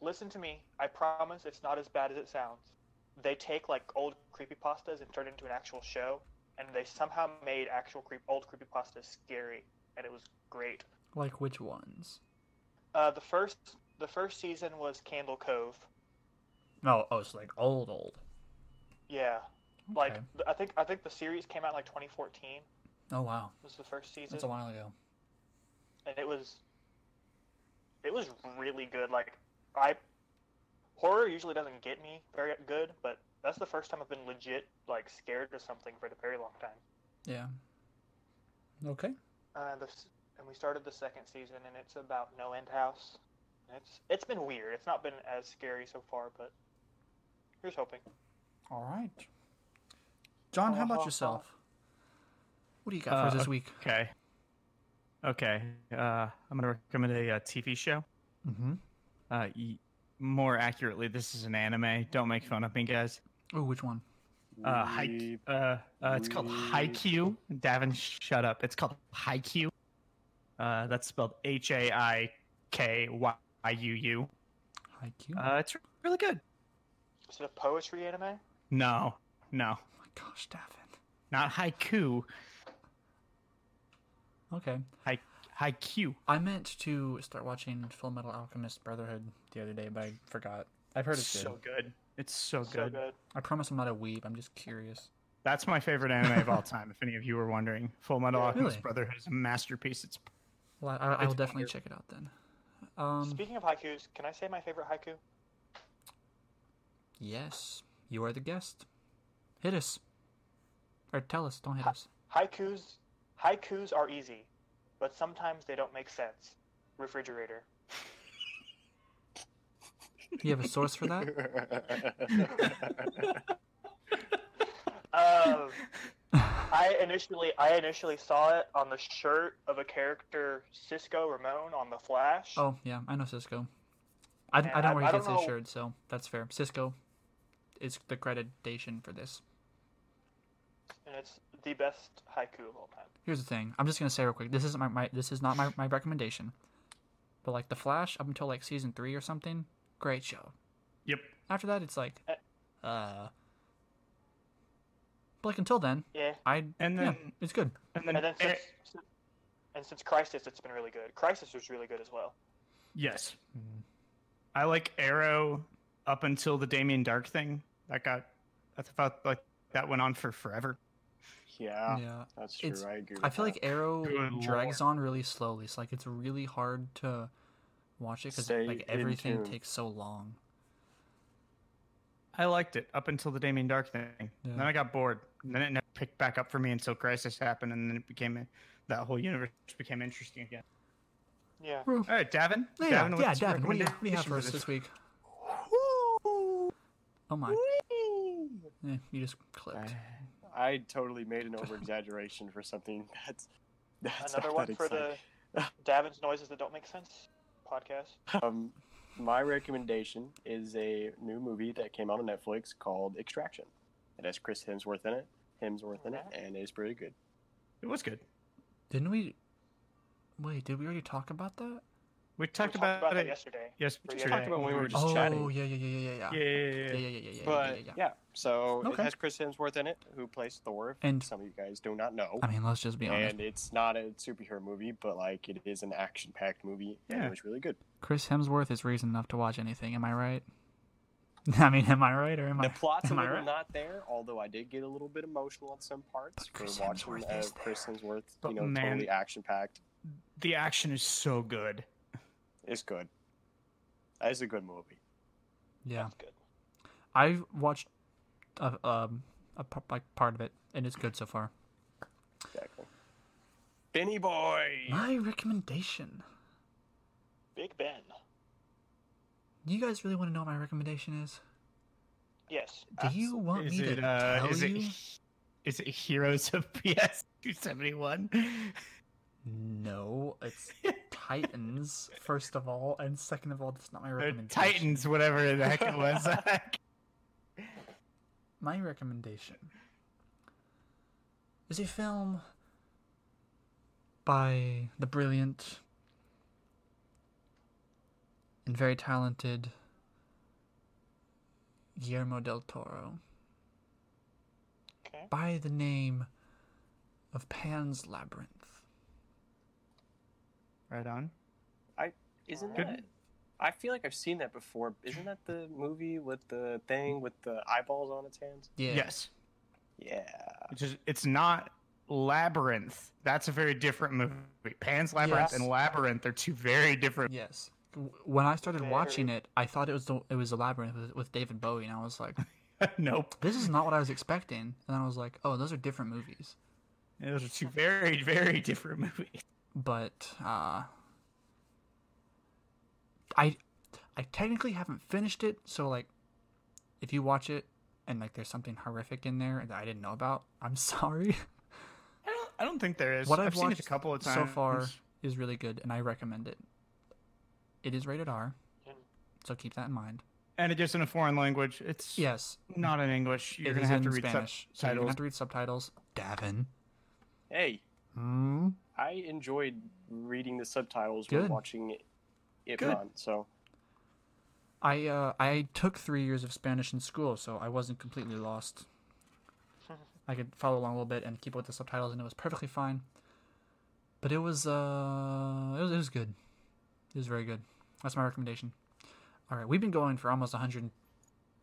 listen to me, I promise it's not as bad as it sounds. They take like old creepypastas and turn it into an actual show, and they somehow made actual creep old creepypastas scary, and it was great.
like which ones?
Uh, the first the first season was Candle Cove.
No, oh, it's like old, old.
Yeah. Like
Okay.
th- I think I think the series came out in, like 2014
Oh wow,
was the first season.
that's a while ago.
and it was it was really good. Like I horror usually doesn't get me very good, but that's the first time I've been legit like scared or something for a very long time.
Yeah. Okay.
Uh, the, s- and we started the second season, and it's about No End House. And It's it's been weird. It's not been as scary so far, but here's hoping.
All right. John, how about yourself? What do you got for us
Uh,
this week?
Okay. Okay. Uh, I'm gonna recommend a, uh TV show.
Mm-hmm.
Uh, y- more accurately, this is an anime. Don't make fun of me, guys.
Oh, which one?
Uh, Haik- uh, uh, it's called Haikyuu. Davin, shut up. It's called Haikyuu. Uh, that's spelled H A I K Y U U.
Haikyuu.
Uh, it's really good.
Is it a poetry anime?
No, no,
oh my gosh, Davin.
not haiku.
Okay.
Hai- haiku.
I meant to start watching Full Metal Alchemist Brotherhood the other day, but I forgot. I've heard
It's
it's good.
so good. It's so good.
So good.
I promise I'm not a weeb. I'm just curious.
That's my favorite anime of all time. If any of you were wondering, Full Metal Alchemist
Really?
Brotherhood is a masterpiece. It's
Well, I, I will
It's
definitely
wonderful.
check it out then. Um,
Speaking of haikus, can I say my favorite haiku?
yes, you are the guest. Hit us, or tell us. Don't hit us.
Haikus, haikus are easy, but sometimes they don't make sense. Refrigerator.
You have a source for that?
Um, I initially, I initially saw it on the shirt of a character Cisco Ramon on the Flash.
Oh yeah, I know Cisco. I,
Yeah,
I
I-
don't where
I
he
don't
gets his
know-
shirt, so that's fair. Cisco is the accreditation for this.
and it's the best haiku of all time.
Here's the thing. I'm just gonna say real quick. This isn't my, my this is not my, my recommendation. But like the Flash, up until like season three or something, great show.
yep.
After that, it's like,
Uh,
uh. But like until then,
Yeah,
I
And
yeah,
then-
it's good.
And then,
and then
eh,
since, and since Crisis, it's been really good. Crisis was really good as well.
yes, I like Arrow up until the Damien Dark thing. That got that's about like that went on for forever.
yeah,
yeah,
that's true.
It's-
I agree. With
I feel
that.
like Arrow
Good
drags on really slowly. It's like it's really hard to watch it because
Stay
like
in
everything
tune.
takes so long.
I liked it up until the Damien Dark thing.
Yeah.
Then I got bored. And then it never picked back up for me until Crisis happened, and then it became that whole universe became interesting again.
Yeah.
All right, Davin.
Yeah, yeah,
what's
yeah,
your
Davin, what do you, what do you have
recommendation
for us this week? Oh my! Eh, you just clipped.
I totally made an over exaggeration for something that's that's
Another
not
one
that
for
exciting.
the Davin's noises that don't make sense podcast.
Um, my recommendation is a new movie that came out on Netflix called Extraction. It has Chris Hemsworth in it, Hemsworth in it, and it's pretty good.
It was good.
Didn't we? Wait, did we already talk about that?
We
We
talked about,
that
it.
yesterday.
Yes,
We
yesterday.
talked about when we were just
oh
chatting.
yeah, yeah, yeah, yeah, yeah,
Yeah, yeah,
yeah,
yeah,
yeah, yeah,
yeah.
yeah, yeah,
But
yeah, yeah, yeah.
yeah, so
Okay.
it has Chris Hemsworth in it, who plays Thor.
And-
some of you guys do not know.
I mean, let's just be honest.
And it's not a superhero movie, but like it is an action-packed movie. and
Yeah.
it was really good.
Chris Hemsworth is reason enough to watch anything. Am I right? I mean, am I right or am I?
The plot's a
am I
little
right?
not there, although I did get a little bit emotional on some parts.
But Chris
for watching
Hemsworth
uh,
is there.
Chris Hemsworth,
But
you know,
man-
totally action-packed.
The action is so good.
It's good. It's a good movie.
Yeah,
That's good.
I've watched a, um a p- like part of it, and it's good so far.
Exactly. Benny boy.
My recommendation.
Big Ben.
Do you guys really want to know what my recommendation is?
Yes.
Do
Uh,
you want
Is
me
it
to
uh
tell
is
you?
it is it Heroes of PS two seventy one?
No, it's Titans, first of all, and second of all, that's not my recommendation.
Titans, whatever the heck it was.
My recommendation is a film by the brilliant and very talented Guillermo del Toro
Okay.
by the name of Pan's Labyrinth.
right on.
Isn't
Good.
that? I feel like I've seen that before. Isn't that the movie with the thing with the eyeballs on its hands?
Yeah.
Yes.
Yeah.
Which is it's not Labyrinth. That's a very different movie. Pan's Labyrinth
Yes.
and Labyrinth are two very different
Yes. W- When I started
Very-
watching it, I thought it was the, it was a labyrinth with, with David Bowie, and I was like,
Nope.
"This is not what I was expecting." And then I was like, "Oh, those are different movies."
Those are two very, very different movies.
But uh, I I technically haven't finished it, so like, if you watch it and like there's something horrific in there that I didn't know about, I'm sorry.
I don't I don't think there is.
what
I've,
I've,
seen
watched
it a couple of times
so far is really good, and I recommend it. It is rated R,
And-
so keep that in mind.
And it just in a foreign language. It's
Yes,
not in English. You're
It
gonna
is
have to
in
read
Spanish, so you're
subtitles.
gonna have to read subtitles. Davin.
Hey,
Hmm.
I enjoyed reading the subtitles
Good.
when watching it, it
Good.
run. So
I uh, I took three years of Spanish in school, so I wasn't completely lost. I could follow along a little bit and keep up with the subtitles, and it was perfectly fine. But it was uh, it was it was good. It was very good. That's my recommendation. All right, we've been going for almost 100.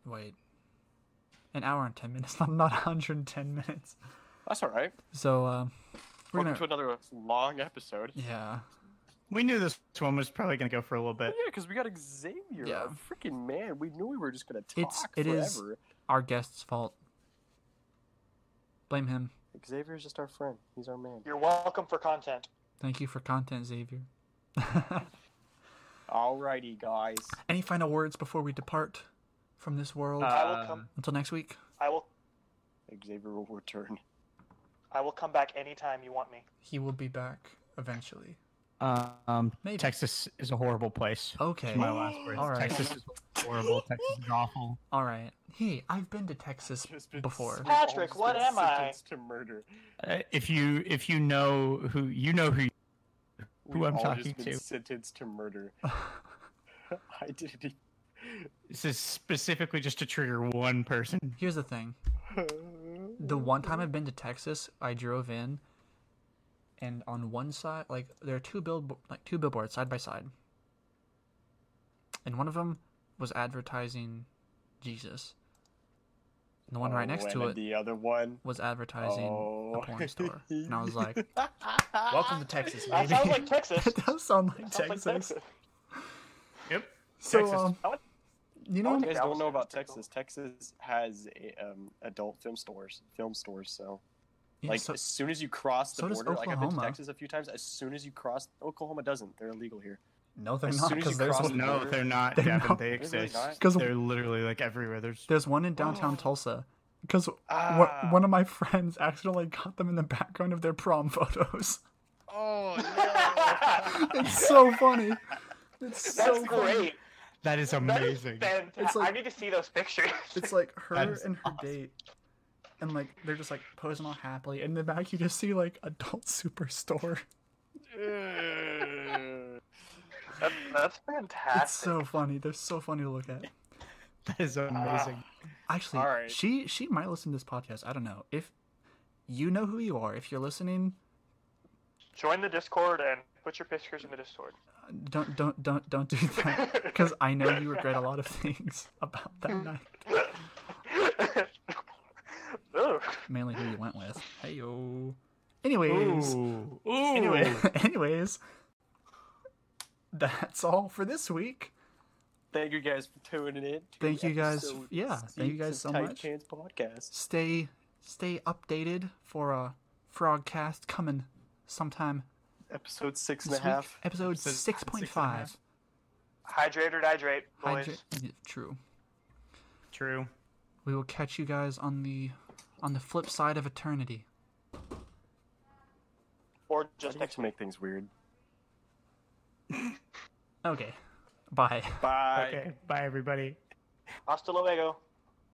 Wait, an hour and 10 minutes. Not not 110 minutes.
that's all right.
So uh, we're
Welcome
gonna
to another long episode. Yeah,
yeah.
We knew this one was probably gonna go for a little bit.
because we got Xavier,
Yeah.
yeah. freaking man. We knew we were just gonna talk
It's- it
forever.
is- Our guest's fault. Blame him.
Xavier's just our friend. He's our man.
You're welcome for content.
Thank you for content, Xavier.
Alrighty, guys.
Any final words before we depart from this world?
Uh,
I will come.
Until next week.
I will.
Xavier will return.
I will come back anytime you want me.
He will be back eventually.
Um,
Maybe. Oh,
Texas is a horrible place.
Okay.
It's my last words.
All right.
Texas is horrible. Texas is awful.
All right. Hey, I've been to Texas before.
Patrick,
Almost
what
been
am I?
sentenced To murder.
Uh, if you if you know who you know who Who
We've
I'm
all
talking
just been
to.
Sentenced to murder. I didn't. Even...
this is specifically just to trigger one person.
Here's the thing. The one time I've been to Texas, I drove in, and on one side, like there are two billboard, like two billboards side by side, and one of them was advertising Jesus, and the one right
Oh,
next to
and
it
The other one.
was advertising a
Oh.
porn store, and I was like, "Welcome to Texas,
Uh-huh. That
baby."
sounds like Texas.
It does sound like
Sounds like
Texas.
Texas.
Yep.
So,
Texas.
um,
I would-
you
I
know,
would
You guys
That
don't
was-
know about
that was
Texas. Texas has a, um, adult film stores, film stores. So,
yeah,
like,
so,
as soon as you cross the
so does
border, like I've been to
Oklahoma.
Texas a few times. As soon as you cross, Oklahoma doesn't. They're illegal here.
no, they're
as
not
soon as
because
you
there's
cross
one,
the-
No, they're not.
They're
Devin.
not.
They
They're really
exist.
not.
'Cause-
They're literally like everywhere. There's
there's one in
Oh.
downtown Tulsa. Because
Ah.
one of my friends accidentally got them in the background of their prom photos.
Oh no!
it's so funny.
Ah,
It's
That's
so funny.
great.
that is
That is
amazing.
fantastic.
It's like-
I need to see those pictures.
It's like her
That is
and her date, and like they're just like posing all happily. In the back, you just see like adult superstore.
That's, that's fantastic.
It's so funny. They're so funny to look at.
That is amazing.
Actually,
All right.
she she might listen to this podcast. I don't know if you know who you are. If you're listening,
Join the Discord and put your pictures in the Discord.
don't don't don't don't do that because I know you regret a lot of things about that night,
Ugh.
mainly who you went with. Hey yo. Anyways,
Ooh.
anyway, anyways, that's all for this week.
Thank you guys for tuning in. to
Thank you guys
episode
f- yeah, thank you
six
guys
of
so
Tight
much.
Chance podcast.
Stay stay updated for a frogcast coming sometime
Episode six and
This
a half.
week, episode
Episode
six point five.
Hydrate or hydrate, boys.
True.
True.
We will catch you guys on the on the flip side of eternity.
Or
Just
just
like to make things weird.
Okay. Bye.
Bye.
Okay. Bye, everybody.
hasta luego.